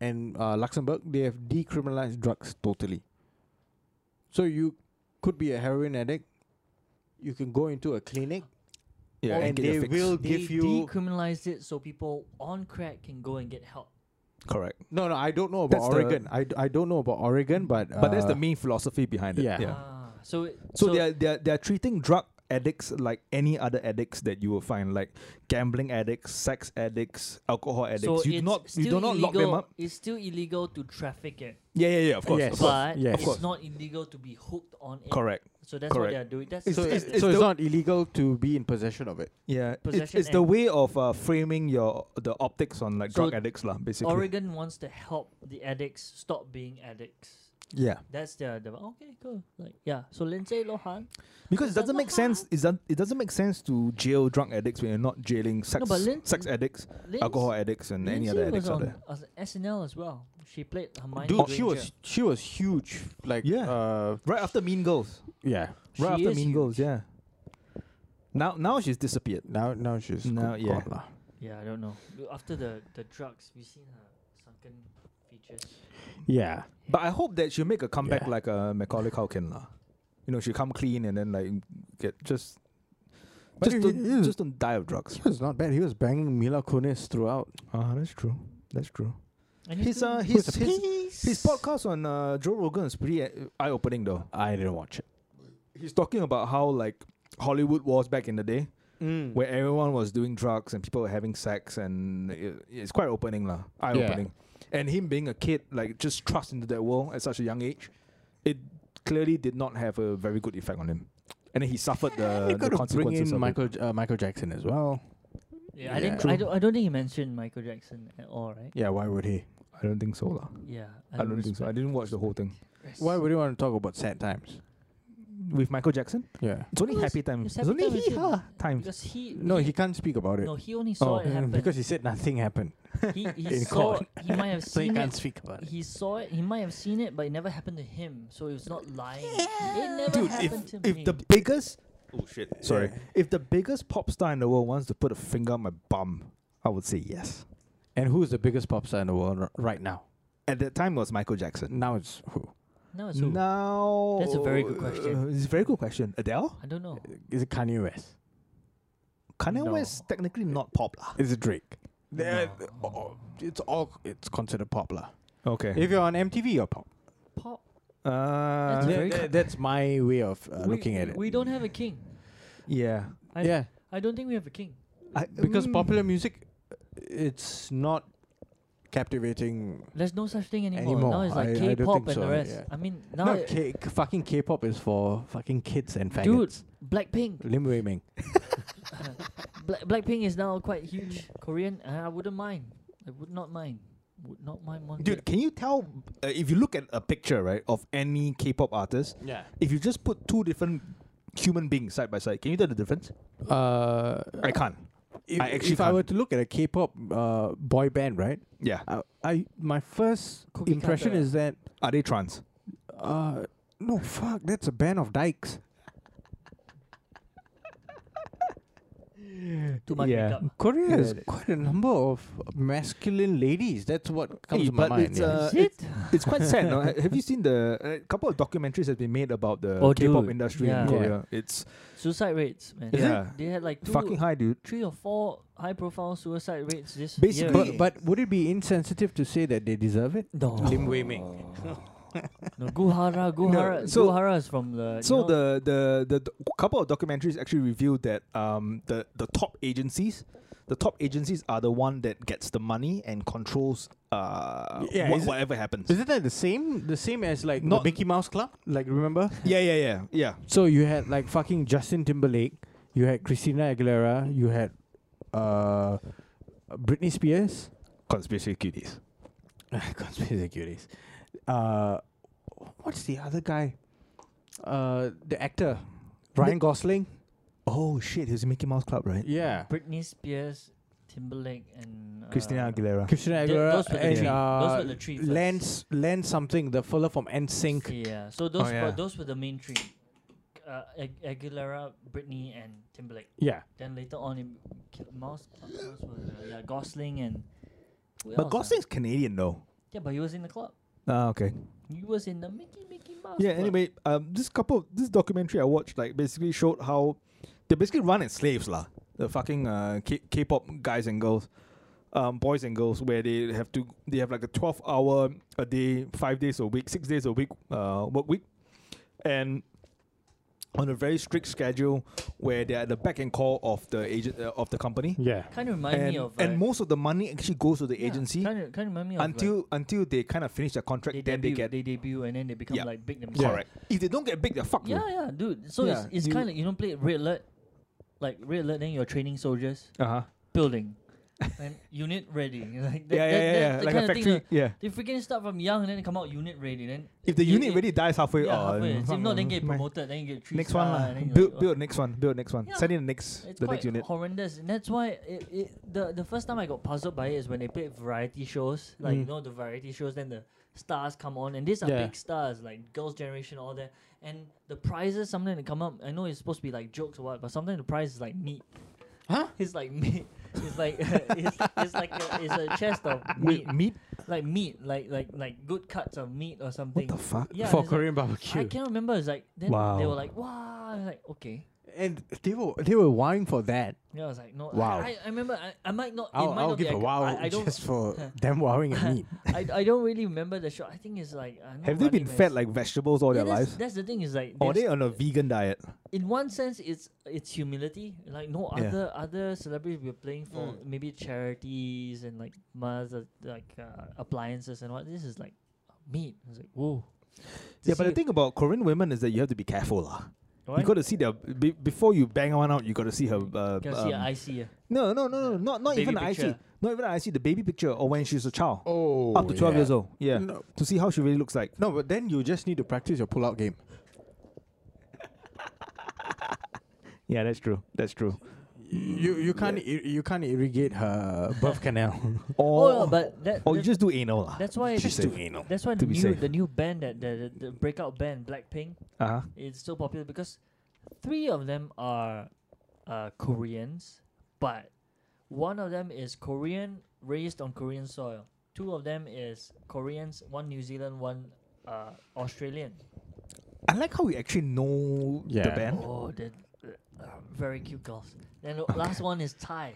and uh, Luxembourg, they have decriminalized drugs totally. So you could be a heroin addict. You can go into a clinic,
yeah,
and
get a
they
fix.
will
They
give you.
decriminalized it so people on crack can go and get help.
Correct.
No, no, I don't know about
That's the-
Oregon. I, d- I don't know about Oregon, but uh,
But that's the main philosophy behind it.
yeah.
Ah, so, it,
So, they are they are, they are treating drug addicts like any other addicts that you will find, like gambling addicts, sex addicts, alcohol addicts.
so
you do
it's
not you do
still
not lock
illegal,
them up.
It's still illegal to traffic it,
Yeah, yeah, yeah. Of course,
Yes.
of course.
but
yes. Of
course.
it's not illegal to be hooked on it.
Correct.
So that's
Correct.
what they are doing. That's
so,
what
it's,
it
so
is.
it's not illegal to be in possession of it.
Yeah, it's,
Possession
it's the
and-
way of uh, framing your the optics on like
So
drug addicts, lah. Basically.
Oregon wants to help the addicts stop being addicts.
Yeah.
That's their, their okay, cool. Like yeah. So Lindsay Lohan.
Because it
Does
doesn't
that
make
not
sense. It doesn't, it doesn't make sense to jail drug addicts when you're not jailing sex
but Lin-
sex addicts,
Lindsay,
alcohol addicts, and any other addicts
was
out
on
there.
as- SNL as well. She played Hermione
Dude, she
Granger.
was she was huge. Like
Yeah.
uh,
Right after Mean Girls.
yeah.
She
right after
is
Mean
huge.
Girls, yeah. Now now she's disappeared.
Now now she's
Now,
now,
yeah.
gone lah.
Yeah, I don't know. Dude, After the the drugs, we've seen her sunken features.
Yeah.
But I hope that she'll make a comeback
Yeah.
like uh, Macaulay Culkin lah. You know, she'll come clean and then like get just
But
just
it-
don't,
it is-
just don't die of drugs.
He was not bad. He was banging Mila Kunis throughout.
Ah, that's true. That's true.
And he's
His
doing-
uh, his his, his podcast on uh, Joe Rogan is pretty eye opening though.
I didn't watch it.
he's talking about how like Hollywood was back in the day,
Mm.
Mm.
where everyone was doing drugs and people were having sex, and it, it's quite opening lah, eye opening. And him being a kid, like just thrust into that world at such a young age, it clearly did not have a very good effect on him, and then he suffered the,
you
the
gotta bring
consequences
in
of
Michael J- uh, Michael Jackson as well.
yeah, I
Yeah.
didn't. I don't. I don't think he mentioned Michael Jackson at all, right?
Yeah. Why would he?
it. I don't think so lah.
Yeah.
I don't, think so. I didn't watch the whole thing
Why would he want to talk about sad times?
with Michael Jackson.
Yeah.
It's only
Because
happy times.
it's
It's
happy
only
time is
hee
in-
ha times.
Because he
No, he can't speak about it.
no he only
Oh.
Oh,
saw it happen
because he said nothing happened.
he, he
in
saw
court.
he might have
So he
seen
can't
it.
speak about it.
He saw it. He might have seen it, but it never happened to him. So it was not lying. It never
Dude, if
happened to
if
me.
the biggest oh shit sorry
Yeah.
if the biggest pop star in the world wants to put a finger on my bum, I would say yes.
And who's the biggest pop star in the world r- right now?
At that time, it was Michael Jackson.
Now it's who?
no, it's who?
Now
That's a very good question.
uh, it's a very good question. Adele,
I don't know.
Is it Kanye West?
Kanye
No.
West technically not pop lah.
Is it Drake?
No.
Uh, oh, It's all it's considered pop lah.
Okay.
If you're on MTV, you're pop.
Pop.
uh,
That's
Th-
very
th-
good.
that's my way of uh,
We-
looking at it.
We don't have a king.
yeah,
I,
yeah,
I don't think we have a king.
I,
because
mm,
popular music, uh, it's not captivating.
There's no such thing anymore. Now
Anymore.
it's like
I- I don't
K-pop
think
and
so,
the rest.
yeah.
I mean, now
No,
it-
K- fucking K-pop is for fucking kids and
dude,
faggots.
Blackpink.
Lim Wei Ming.
Black Blackpink is now quite huge. Korean. Uh, I wouldn't mind. I would not mind. Would not mind one.
Dude,
bit.
can you tell uh, if you look at a picture right of any K-pop artist?
Yeah.
If you just put two different human beings side by side, can you tell the difference?
Uh,
I can't.
if,
I actually
if I
can't.
were to look at a K-pop uh, boy band, right?
Yeah.
I, I my first
Cookie
impression
cutter.
is that
Are they trans?
uh, no fuck, that's a band of dykes.
too much
yeah.
makeup.
Korea
Yeah,
has
it is.
quite a number of masculine ladies. That's what comes
Hey,
to my
but
mind.
it's,
yeah.
uh,
Is it?
It's quite sad. no? Ha- Have you seen the a couple of documentaries that been made about the
Oh,
K-pop
dude.
industry
Yeah.
in
Yeah.
Korea? It's
Suicide rates, man.
Is Yeah. it?
They had like two,
fucking high, dude.
three or four high-profile suicide rates this year.
Basically-
but, but would it be insensitive to say that they deserve it?
no.
Lim Wei Ming.
no, Guhara, Guhara,
so-
Guhara is from the. you
So
know-
the, the the d- couple of documentaries actually revealed that um the the top agencies, the top agencies are the one that gets the money and controls uh
Yeah,
wha-
is it-
whatever happens.
Isn't that the same? The same as like
Not-
the Mickey Mouse Club? Like remember?
Yeah, yeah, yeah, yeah.
So you had like fucking Justin Timberlake, you had Christina Aguilera, you had uh, Britney Spears.
Conspiracy cuties.
Conspiracy theories. Uh, what's the other guy? Uh, the actor. Ryan Gosling.
Oh shit, he was in Mickey Mouse Club, right?
Yeah.
Britney Spears, Timberlake, and uh,
Christina Aguilera.
Christina
Th-
Aguilera
those were the
and
three- those
uh,
were the three first.
Lance Lance something the fella from NSYNC.
Yeah, so those
Oh, yeah.
were, those were the main three: uh, Ag- Aguilera, Britney, and Timberlake.
Yeah,
Then later on, in K- Mouse, Club, Mouse was, uh, yeah, Gosling and. who
But
else,
Gosling's
Ah?
Canadian though.
Yeah, but he was in the club.
Ah, okay.
He was in the Mickey Mickey Mouse.
Yeah.
Club.
Anyway, um, this couple, this documentary I watched, like, basically showed how they basically run as slaves, lah. The fucking uh, K- K-pop guys and girls, um, boys and girls, where they have to, they have like a twelve-hour a day, five days a week, six days a week, uh, work week, and on a very strict schedule, where they're at the back and call of the agent uh, of the company,
yeah,
kind of remind
and,
me of
and
uh,
most of the money actually goes to the agency
Kind of, kind of remind me of like,
until until they kind of finish their contract,
they
then
debut,
they get
they debut and then they become
Yeah.
like big themselves.
correct. If they don't get big, they're fucked.
Yeah, yeah, dude. So
Yeah,
it's, it's
you-
kind of you don't play red alert, like red alert. Then you're training soldiers,
Uh huh.
building, and unit ready. Like
Yeah,
that, that,
yeah,
that-
yeah, yeah.
the
Like a
kind of thing
factory.
that
Yeah.
They freaking start from young and then they come out unit ready. Then
If the
it-
unit
it-
really dies halfway,
yeah,
oh,
halfway.
fuck,
if not, then
mm,
get
my-
promoted. Then you get three
Next
star,
one, lah.
and then you're
build,
like, oh.
build next one, build next one.
Yeah.
Send in the next,
It's
the
quite
next unit.
horrendous, and that's why it, it the the first time I got puzzled by it is when they played variety shows, like you
Mm.
know the variety shows. Then the stars come on, and these are
Yeah.
big stars like Girls' Generation, all that. And the prizes sometimes they come up. I know it's supposed to be like jokes or what, but sometimes the prize is like meat.
Huh?
It's like meat. It's like it's, it's like a, it's a chest of meat,
meat?
like meat, like like like good cuts of meat or something.
What the fuck?
yeah,
for
it's like-
Korean
I
barbecue.
can't remember. It's like then they
Wow.
were like, "Wow!" I was like, "Okay."
And they were they were vying for that.
Yeah, I was like, no. I-
Wow.
I, I, remember. I, I might not. it
I'll,
might
I'll
not
give
be
a
ac-
wow
I, I don't.
just for them wowing at me.
I, I don't really remember the show. I think it's like. Uh, not
Have they been
Running Man,
fed
it's-
like vegetables all
Yeah,
their
that's,
lives?
That's the thing. Is like.
Or are
there's-
they on a vegan diet?
in one sense, it's it's humility. Like no
Yeah.
other other celebrities were playing for
Mm.
maybe charities and like mother like uh, appliances and what. This is like meat. I was like, whoa.
Yeah, but
To see
the thing about Korean women is that you have to be careful, lah.
why?
You got to see their be, before you bang one out. You got to see her. Uh,
Can see
um,
I see.
no, no, no, no,
Yeah.
not not
Baby
even I see,
picture.
not even I see the baby picture or when she's a child,
Oh,
up to twelve years old. Yeah,
Mm.
No.
to see how she really looks like.
No, but then you just need to practice your pull-out game.
Yeah, that's true. That's true.
You you can't ir- you can't irrigate her birth canal.
Or,
Oh, but that.
or you
that-
just do anal, lah.
that's why.
Just
the-
do anal.
That's why
to
the
be
new,
safe.
the new band that the, the, the breakout band Blackpink
Uh huh.
is so popular because three of them are uh, Koreans, but one of them is Korean raised on Korean soil. Two of them is Koreans, one New Zealand, one uh, Australian.
I like how we actually know the
Yeah.
band.
Oh, they're uh, very cute girls. Then the last one is Thai.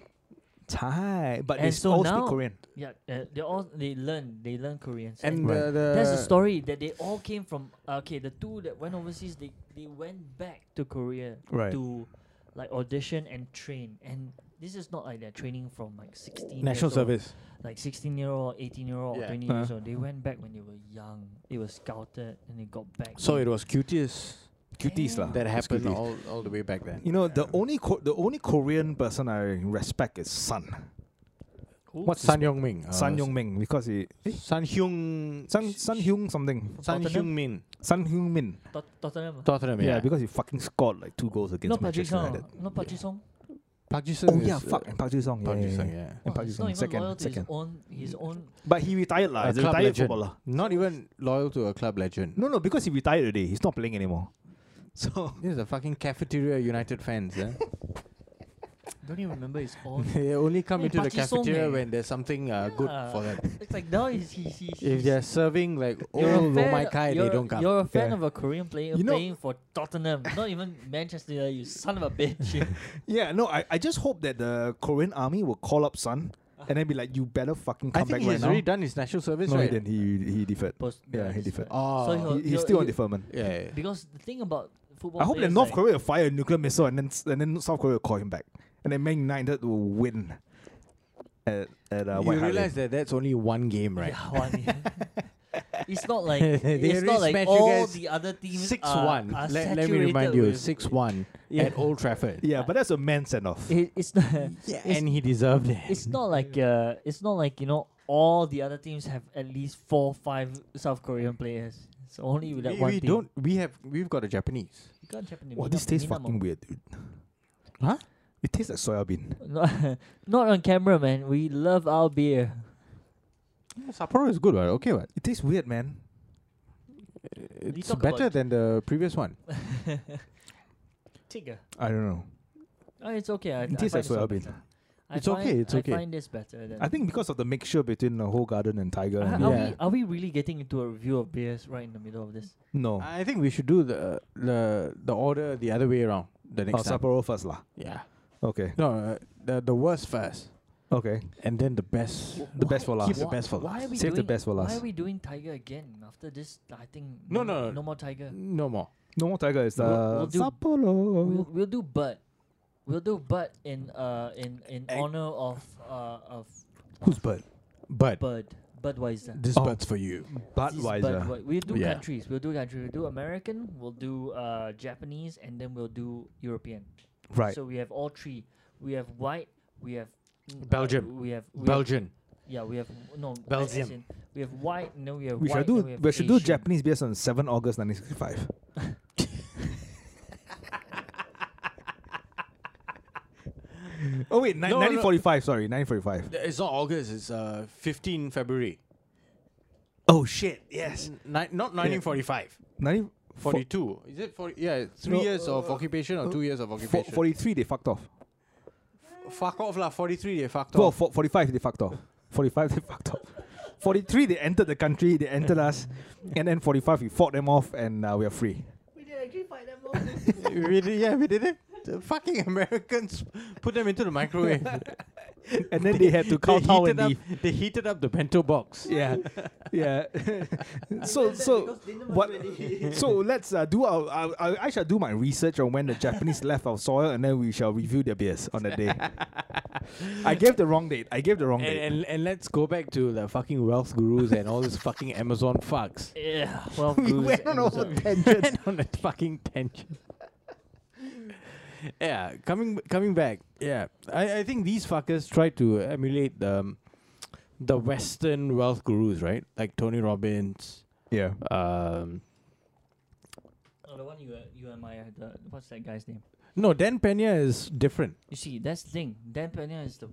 Thai, but they
And so
all
now-
speak Korean.
Yeah, uh, they all they learn they learn Korean.
and
Right.
the, the
That's
Uh,
the story that they all came from. uh, Okay, the two that went overseas, they they went back to Korea
Right.
to like audition and train. And this is not like they're training from like sixteen
National
years old,
service.
like sixteen year old, eighteen year old, or
Yeah.
twenty
Uh-huh.
years old. They went back when they were young. They were scouted and they got back.
So it
and-
was cuties
Cuties lah.
that
It's
happened
cuties.
all, all the way back then.
You know, the only Ko- the only Korean person I respect is Sun
Uh,
Who?
What's San Yong Ming? Uh,
Sun Yong Min because he eh,
San Hyung
Sun Sun Hyung something
San
Tottenham?
Hyung Min.
Sun Hyung Min.
Tot- Tottenham? ah?
Tottenham,
Yeah.
yeah.
because he fucking scored like two goals against
Not Park Ji
Manchester
Sung.
United.
ah? Not Park Ji Sung.
Park Ji-sung
Oh
is,
yeah,
uh,
fuck and Park Ji Sung.
Park
yeah, yeah,
Ji-sung,
yeah.
yeah.
And
Wow,
Park
he's
Ji-sung,
not even
second,
loyal to his
second.
own his own.
But he retired lah.
A
He's a
club
retired
legend.
footballer.
Not even loyal to a club legend.
No, no, because he retired already. He's not playing anymore. So
This is a fucking cafeteria United fans. Eh?
Don't even remember his own.
they only come
Hey,
into the
Park Ji-sung,
cafeteria
eh.
when there's something uh, good
Yeah.
for them.
it's like now he's he's, he's,
If
he's
they're serving like
You're a
old
fan-
Romaikai, they
you're-
don't come.
You're a fan
Yeah.
of a Korean player
You know-
playing for Tottenham, not even Manchester. United, You son of a bitch.
yeah, no, I, I just hope that the Korean army will call up Sun and then be like, you better fucking come
I think
back right
he's
now.
already done his national service,
no,
right?
he didn't. He he deferred.
Post-
Yeah, he
this-
deferred.
Oh,
So he'll-
He,
he'll-
he's still on
he'll-
deferment.
Yeah, yeah.
Because the thing about football,
I hope that
players,
North
like,
Korea will fire a nuclear missile and then s- and then South Korea will call him back, and then Man United will win. At at uh,
you
White Hart
realize
Lane.
that that's only one game, right?
Yeah, what I mean. it's not like
They
it's
already
not like
smashed you
all
guys
the other teams.
Six
are,
one.
Are
Let, let me remind
uh, saturated
you,
with-
six one
Yeah.
at Old Trafford.
Yeah, but that's a man send off.
It, it's not.
Yeah,
it's,
and he deserved it.
it's not like uh, it's not like you know all the other teams have at least four, five South Korean players. It's only with that
we,
one
we
thing.
don't. We have. We've got a Japanese.
You can't Japanese.
Wow,
Minam-
this tastes
Minamo.
fucking weird, dude.
Huh?
It tastes like soya bean.
Not, not on camera, man. We love our beer.
Sapporo is good, right? Okay, what?
It tastes weird, man.
It's
talk about
better
it.
than the previous one.
Tigger.
I don't know.
Oh, it's okay. I,
It
I
tastes like
find this one
soya bean.
better. I
It's okay,
find-
it's okay.
I find this better. Than
I think because of the mixture between the whole garden and tiger.
Are,
and
Uh, are
Yeah.
we, are we really getting into a review of beers right in the middle of this?
no,
I think we should do the the the order the other way around the
oh,
next time.
Sapporo first lah.
Yeah.
Okay,
No, uh, the the worst first,
okay.
and then the best.
The best for last.
Why-
Keep the
why-
best for
Why are
last.
we
Save the
doing-
best for
Why
last.
are we doing Tiger again after this? I think
No,
more-
no, no.
no more Tiger.
No more.
No more tiger. It's
We'll-
uh,
we'll do-
Sapporo.
We'll, we'll do but, we'll do but in uh in in
Ag-
honor of uh of
Who's Bud? Bud.
Bud Budweiser.
This
Oh.
Bud's for you.
This is
Budweiser.
Budwe- We'll do
Yeah.
countries. We'll do countries. We'll do American. We'll do uh Japanese, and then we'll do European.
Right.
So we have all three. We have white. We have mm, uh,
Belgium.
we have we have-
Belgian.
yeah. We have no I- as
Belgium.
in, We have white. and then we have
We
white.
should
then
do.
We, have
We should do
Asian.
Japanese beers on seven August nineteen sixty five. oh wait,
No, no.
nineteen forty five. Sorry, nineteen forty five.
It's not August. It's uh 15 February.
Oh shit! Yes,
Ni- not 1945.
nineteen
42. Is it 40? Yeah, it's three
No,
years of
uh,
occupation or two years of occupation.
forty three. They fucked off.
Fuck off lah. 43 they fucked
Well,
off.
for, 45 they fucked off. 45 they fucked off. 43 they entered the country, they entered us, and then 45 we fought them off and uh, we are free.
We did actually fight them all.
we did, yeah, we did it. The fucking Americans put them into the microwave.
And then they had to kowtow and
heated up,
leave.
they heated up the bento box.
Yeah, yeah. so so what? So let's uh, do our. our- our- I shall do my research on when the Japanese left our soil, and then we shall review their beers on that day. I gave the wrong date. I gave the wrong
And,
date.
and, and let's go back to the fucking wealth gurus and all this fucking Amazon fucks.
yeah. Well,
we
Goose
went on all the
Amazon.
tangents.
Went on that fucking tension. yeah, coming coming back. Yeah, I, I think these fuckers try to emulate the um, the Western wealth gurus, right? Like Tony Robbins.
Yeah.
Um,
Oh, the one you uh, you admire. The, what's that guy's name?
no, Dan Pena is different.
You see, that's the thing. Dan Pena is the,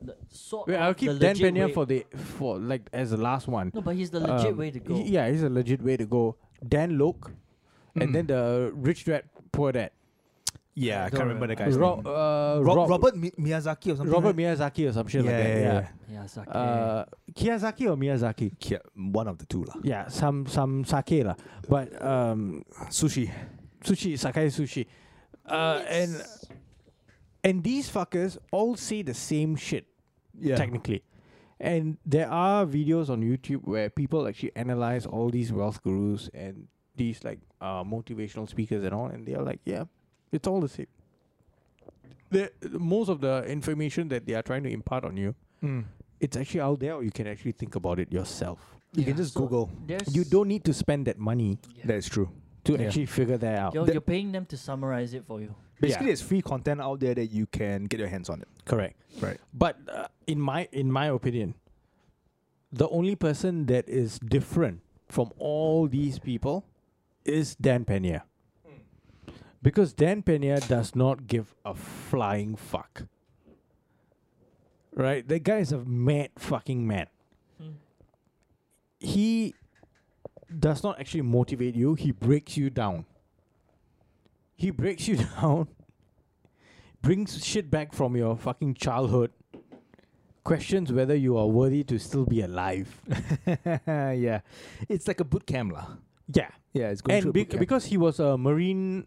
the sort.
Wait,
of
I'll
the
keep Dan
legit
Pena
way-
for the for like as the last one.
No, but he's the legit
Um,
way to go.
he- yeah, he's a legit way to go. Dan Loke, and
Hmm.
then the rich dad poor dad.
Yeah, I can't remember the guy's
Ro-
name.
uh,
Rob,
Rob-
Robert Mi- Miyazaki or something.
Robert
like?
Miyazaki or some shit like
Yeah,
that.
yeah, yeah.
Yeah, Sake.
Uh, Kiyosaki or Miyazaki?
Ki- one of the two lah.
Yeah, some some sake lah. But um,
Sushi.
sushi, sakai sushi, uh, and and these fuckers all say the same shit
Yeah.
technically. And there are videos on YouTube where people actually analyze all these wealth gurus and these like uh, motivational speakers and all, and they are like, yeah, it's all the same. The most of the information that they are trying to impart on you,
Mm.
it's actually out there, or you can actually think about it yourself.
You can just Google.
There's,
You don't need to spend that money
Yeah.
That is true.
to
Yeah.
actually figure that out.
You're,
that-
you're paying them to summarize it for you.
Basically,
Yeah.
there's free content out there that you can get your hands on it.
Correct.
Right.
But uh, in my in my opinion, the only person that is different from all these people is Dan Pena. Because Dan Pena does not give a flying fuck. Right? The guy is a mad fucking man.
Hmm.
He does not actually motivate you, he breaks you down. He breaks you down, brings shit back from your fucking childhood, questions whether you are worthy to still be alive.
yeah. It's like a boot camp lah.
yeah.
Yeah, it's going
and
through a
be-
boot camp.
because he was a marine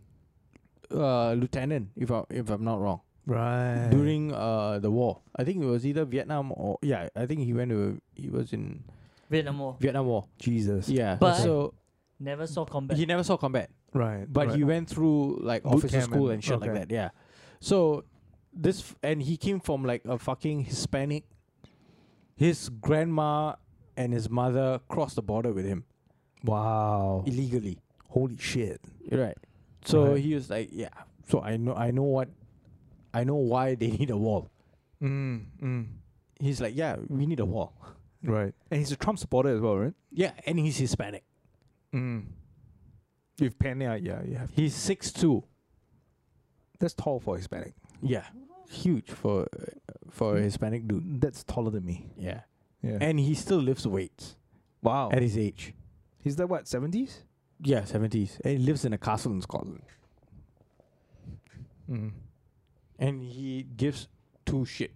uh, lieutenant, if I if I'm not wrong,
right.
during uh, the war. I think it was either Vietnam or yeah, I think he went to he was in
Vietnam War.
Vietnam War.
Jesus.
Yeah,
But-
so
Never saw combat.
he never saw combat,
Right.
but he went through like
Boot
officer
camp
school
and-
and, shit
okay.
like that. Yeah, so this f- and he came from like a fucking Hispanic. His grandma and his mother crossed the border with him
Wow.
illegally.
Holy shit.
Right. So
Right.
he was like, yeah. So I know, I know what, I know why they need a wall.
Mm, mm.
He's like, yeah, we need a wall.
Right. And he's a Trump supporter as well, right?
Yeah, and he's Hispanic.
Mm. With Pena,
Uh,
yeah, you have.
He's six two.
That's tall for Hispanic.
Yeah, huge for uh, for a Hispanic dude.
That's taller than me.
Yeah,
Yeah.
and he still lifts weights
wow.
at his age.
He's that what seventies?
Yeah, seventies, and he lives in a castle in Scotland,
Mm.
and he gives two shit.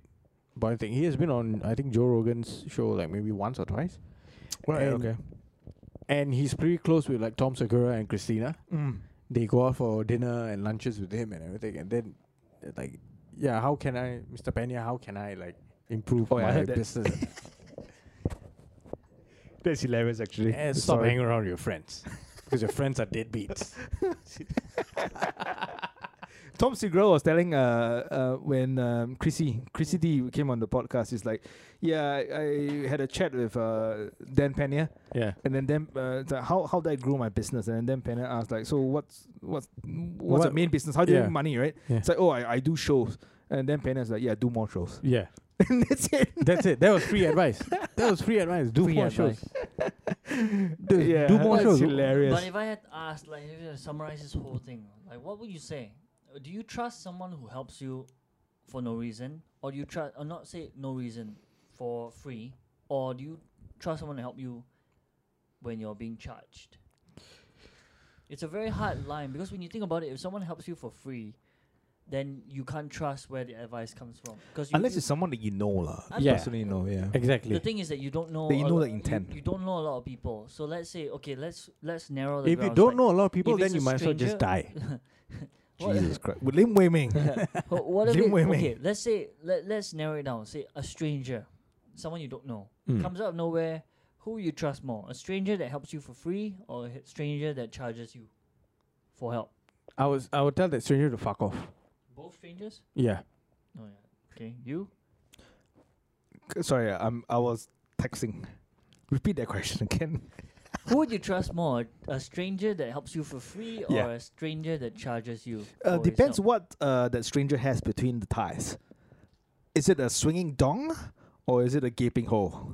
But I think he has been on, I think Joe Rogan's show like maybe once or twice,
Right.
And-
okay.
and he's pretty close with like Tom Segura and Christina.
Mm.
they go out for dinner and lunches with him and everything, and then they're like, yeah, how can I, Mr. Pena, how can I like improve
Oh, yeah, I
my
heard that.
business?
That's hilarious, actually.
and
The
Eh, stop
story.
hanging around your friends because your friends are deadbeats.
Tom Segura was telling uh, uh, when um, Chrissy Chrissy D came on the podcast. He's like, "Yeah, I, I had a chat with uh, Dan Pena,
Yeah,
and then Dan, uh, it's like, how how did I grow my business?" And then Dan Pena asked like, "So what's what's what's the
What-
main business? How do you
yeah.
make money?" Right?
Yeah.
It's like, "Oh, I, I do shows." And then Pena's like, "Yeah, do more shows."
yeah,
and that's it.
that's it. That was free advice. That was free advice. Do
Free
more
advice.
shows. Do,
yeah,
do more
that's
shows.
hilarious.
But if I had asked, like, if you had to summarize this whole thing, like, what would you say? Uh, Do you trust someone who helps you for no reason, or do you trust, or not say no reason for free, or do you trust someone to help you when you're being charged? It's a very hard line because when you think about it, if someone helps you for free, then you can't trust where the advice comes from. Because
Unless it's someone that you know, lah.
I
Yeah.
Personally, know. Yeah.
the
Exactly.
thing is that you don't know.
That you
a
know
lo-
the intent.
You, you don't know a lot of people. So let's say, okay, let's let's narrow the
If you
grounds,
don't
like-
know a lot of people,
if
then
it's
you
a
might as well just die.
What-
Jesus Christ. With Lim Wei Ming.
Wha- what if
Lim
it,
Wei Ming.
okay, let's say let, let's narrow it down. Say a stranger, someone you don't know,
Hmm.
Hmm.
comes out of nowhere. Who you trust more, a stranger that helps you for free, or a h- stranger that charges you for help?
I was, I would tell that stranger to fuck off.
Both strangers?
Yeah.
Oh yeah. Okay, you.
Sorry, I'm. I was texting. Repeat that question again.
Who would you trust more, a stranger that helps you for free, or
Yeah.
a stranger that charges you?
Uh,
for his
depends
help?
what uh, that stranger has between the thighs. Is it a swinging dong or is it a gaping hole?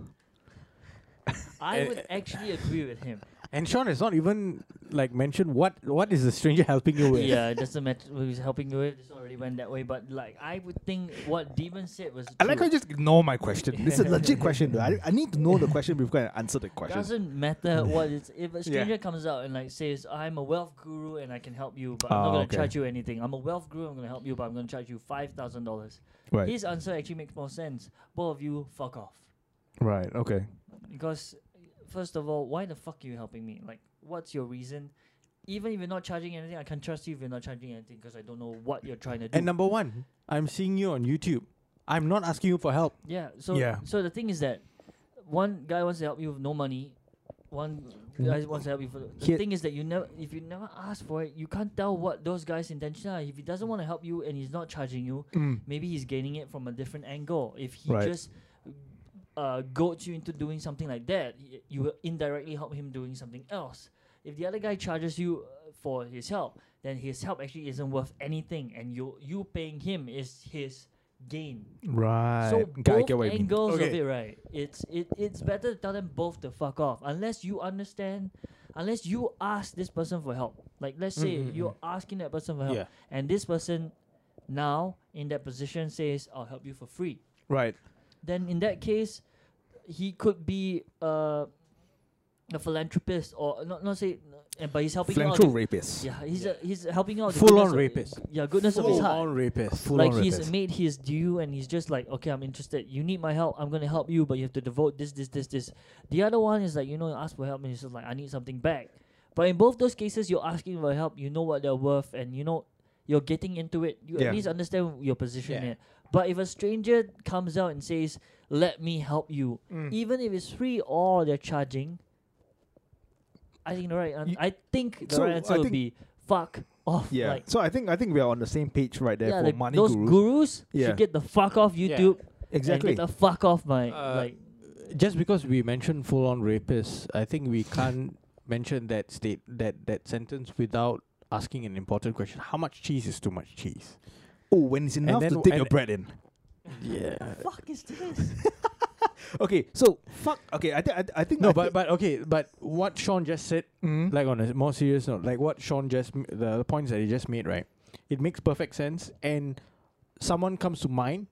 I would actually agree with him.
And Sean has not even like mentioned what what is the stranger helping you with.
Yeah, it doesn't matter who's helping you with. This already went that way, but like I would think what Demon said was.
I like how
true.
you just ignore my question. It's a legit question. though. I, I need to know the question before I answer the question.
Doesn't matter what it's. If a stranger comes out and like says, "I'm a wealth guru and I can help you, but I'm not
Ah,
gonna
okay.
charge you anything. I'm a wealth guru. I'm gonna help you, but I'm gonna charge you five thousand dollars."
Right.
His answer actually makes more sense. Both of you, fuck off.
right. Okay.
Because first of all, why the fuck are you helping me? Like, what's your reason? Even if you're not charging anything, I can trust you if you're not charging anything because I don't know what you're trying to do.
And number one, I'm seeing you on YouTube. I'm not asking you for help.
Yeah. So
Yeah.
so the thing is that one guy wants to help you with no money, one guy wants to help you for the
Mm-hmm. Here-
thing is that you never if you never ask for it, you can't tell what those guys' intention are. If he doesn't want to help you and he's not charging you, maybe he's gaining it from a different angle. If he
Mm. Right.
just uh, goads you into doing something like that, y- you will indirectly help him doing something else. If the other guy charges you uh, for his help, then his help actually isn't worth anything, and you you paying him is his gain.
Right.
So
I
both
get what you mean.
angles of
Okay.
it, right? It's it, it's better to tell them both to fuck off, unless you understand, unless you ask this person for help. Like let's say you're asking that person for help,
Mm, Yeah.
and this person now in that position says, "I'll help you for free."
Right.
Then in that case, he could be uh, a philanthropist or not not say, and but he's helping you out.
Flantrel
of the-
rapist.
Yeah, he's A, he's helping out. the
Full
goodness
on
of-
rapist.
Yeah, goodness of his
Full
heart
on rapist.
Full
like
on
he's
rapist.
made his due and he's just like okay i'm interested you need my help i'm gonna help you but you have to devote this this this this the other one is like you know you ask for help and he's just like i need something back but in both those cases you're asking for help you know what they're worth and you know you're getting into it you
Yeah.
at least understand your position
Yeah.
there but if a stranger comes out and says let me help you
Hmm.
Mm.
even if it's free or they're charging i think the right an-
You-
i think the
So,
right
I
answer would
think-
be fuck off
Yeah.
like
so I think I think we are on the same page right there
yeah,
for
like
money
those
gurus.
gurus,
Yeah.
should get the fuck off
Yeah.
YouTube.
exactly.
And get the fuck off my
Uh,
like.
Just because we mentioned full on rapist, I think we can't mention that state that that sentence without asking an important question. How much cheese is too much cheese?
Oh, when it's enough
then
to
w-
take
and-
your bread in.
uh, Yeah.
Fuck is this?
Okay, so fuck. Okay, I think I think
No,
I
but
thi-
but okay, but what Sean just said,
Mm.
like on a more serious note, like what Sean just m- the points that he just made, right? It makes perfect sense, and someone comes to mind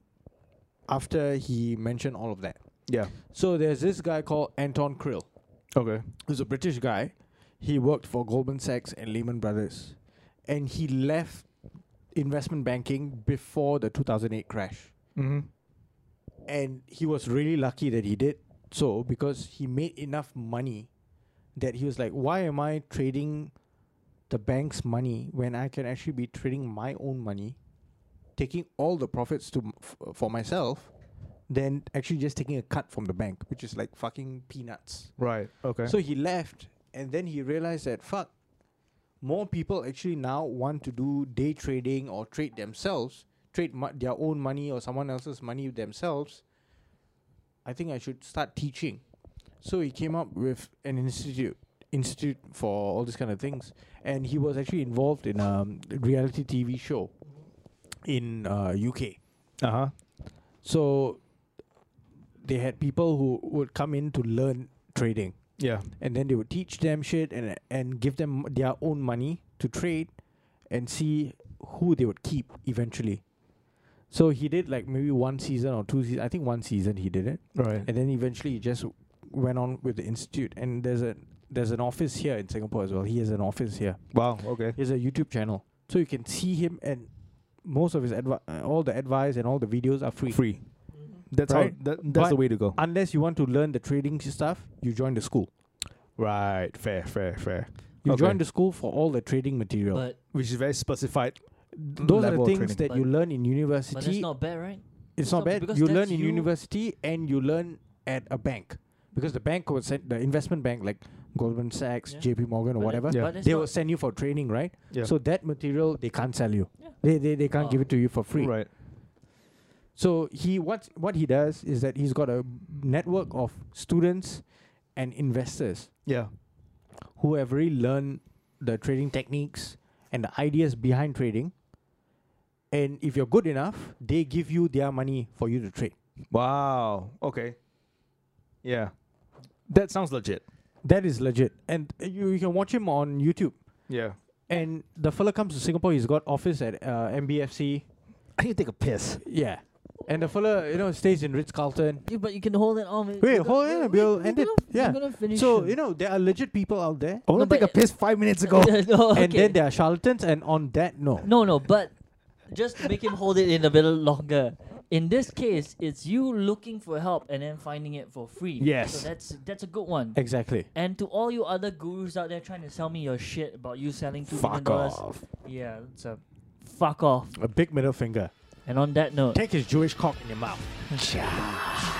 after he mentioned all of that.
yeah.
So there's this guy called Anton Krill,
Okay.
who's a British guy. He worked for Goldman Sachs and Lehman Brothers, and he left investment banking before the 2008 crash.
Mm-hmm.
and he was really lucky that he did so because he made enough money that he was like why am i trading the bank's money when i can actually be trading my own money taking all the profits to m- f- for myself then actually just taking a cut from the bank which is like fucking peanuts
Right. Okay.
so he left, and then he realized that fuck, more people actually now want to do day trading or trade themselves, trade mo- their own money or someone else's money themselves. I think I should start teaching. So he came up with an institute, institute for all these kind of things, and he was actually involved in a um, reality TV show in uh, UK.
uh huh.
So they had people who would come in to learn trading
Yeah.
and then they would teach them shit and and give them their own money to trade and see who they would keep eventually. So he did like maybe one season or two seasons. I think one season he did it,
Right.
and then eventually he just went on with the institute. And there's a there's an office here in Singapore as well. He has an office here.
Wow. Okay.
He has a YouTube channel, so you can see him and most of his advi- uh, all the advice and all the videos are free.
Free. That's
Right.
how. That, that's the
But-
way to go.
Unless you want to learn the trading stuff, you join the school.
Right. Fair. Fair. Fair.
You
Okay.
join the school for all the trading material.
But
Which is very specified.
those are
level
the
of
things
training.
that you
But-
learn in university.
but that's not bad, right?
it's
not
not bad.
because
You
that's
learn in
you-
university and you learn at a bank because the bank would send the investment bank like Goldman Sachs,
Yeah.
J.P. Morgan,
But
or
that-
whatever.
Yeah.
but that's
They
not-
will send you for training, right?
Yeah.
So that material they can't sell you.
Yeah.
They, they they can't give
Oh.
it to you for free.
Right.
So he what what he does is that he's got a network of students and investors
Yeah.
who have already learned the trading techniques and the ideas behind trading. And if you're good enough, they give you their money for you to trade.
Wow. Okay. Yeah. That sounds legit.
That is legit. And uh, you, you can watch him on YouTube.
Yeah.
And the fella comes to Singapore. He's got office at uh, MBFC.
I need to take a piss.
Yeah. And the fella, you know, stays in Ritz Carlton.
Yeah, but you can hold it on. Wait,
Wait, hold on, we'll end it. Yeah.
I'm gonna finish
So,
soon.
you know, there are legit people out there.
I want
No,
to take a
but-
piss five minutes ago.
no, okay.
And then there are charlatans. And on that, no.
No, no, but just to make him hold it in a little longer. In this case, it's you looking for help and then finding it for free.
Yes.
So that's that's a good one.
Exactly.
And to all you other gurus out there trying to sell me your shit about you selling two million
Fuck
dollars,
off.
yeah, it's a fuck off.
A big middle finger.
And on that note,
Take his Jewish cock in your mouth.
Ciao.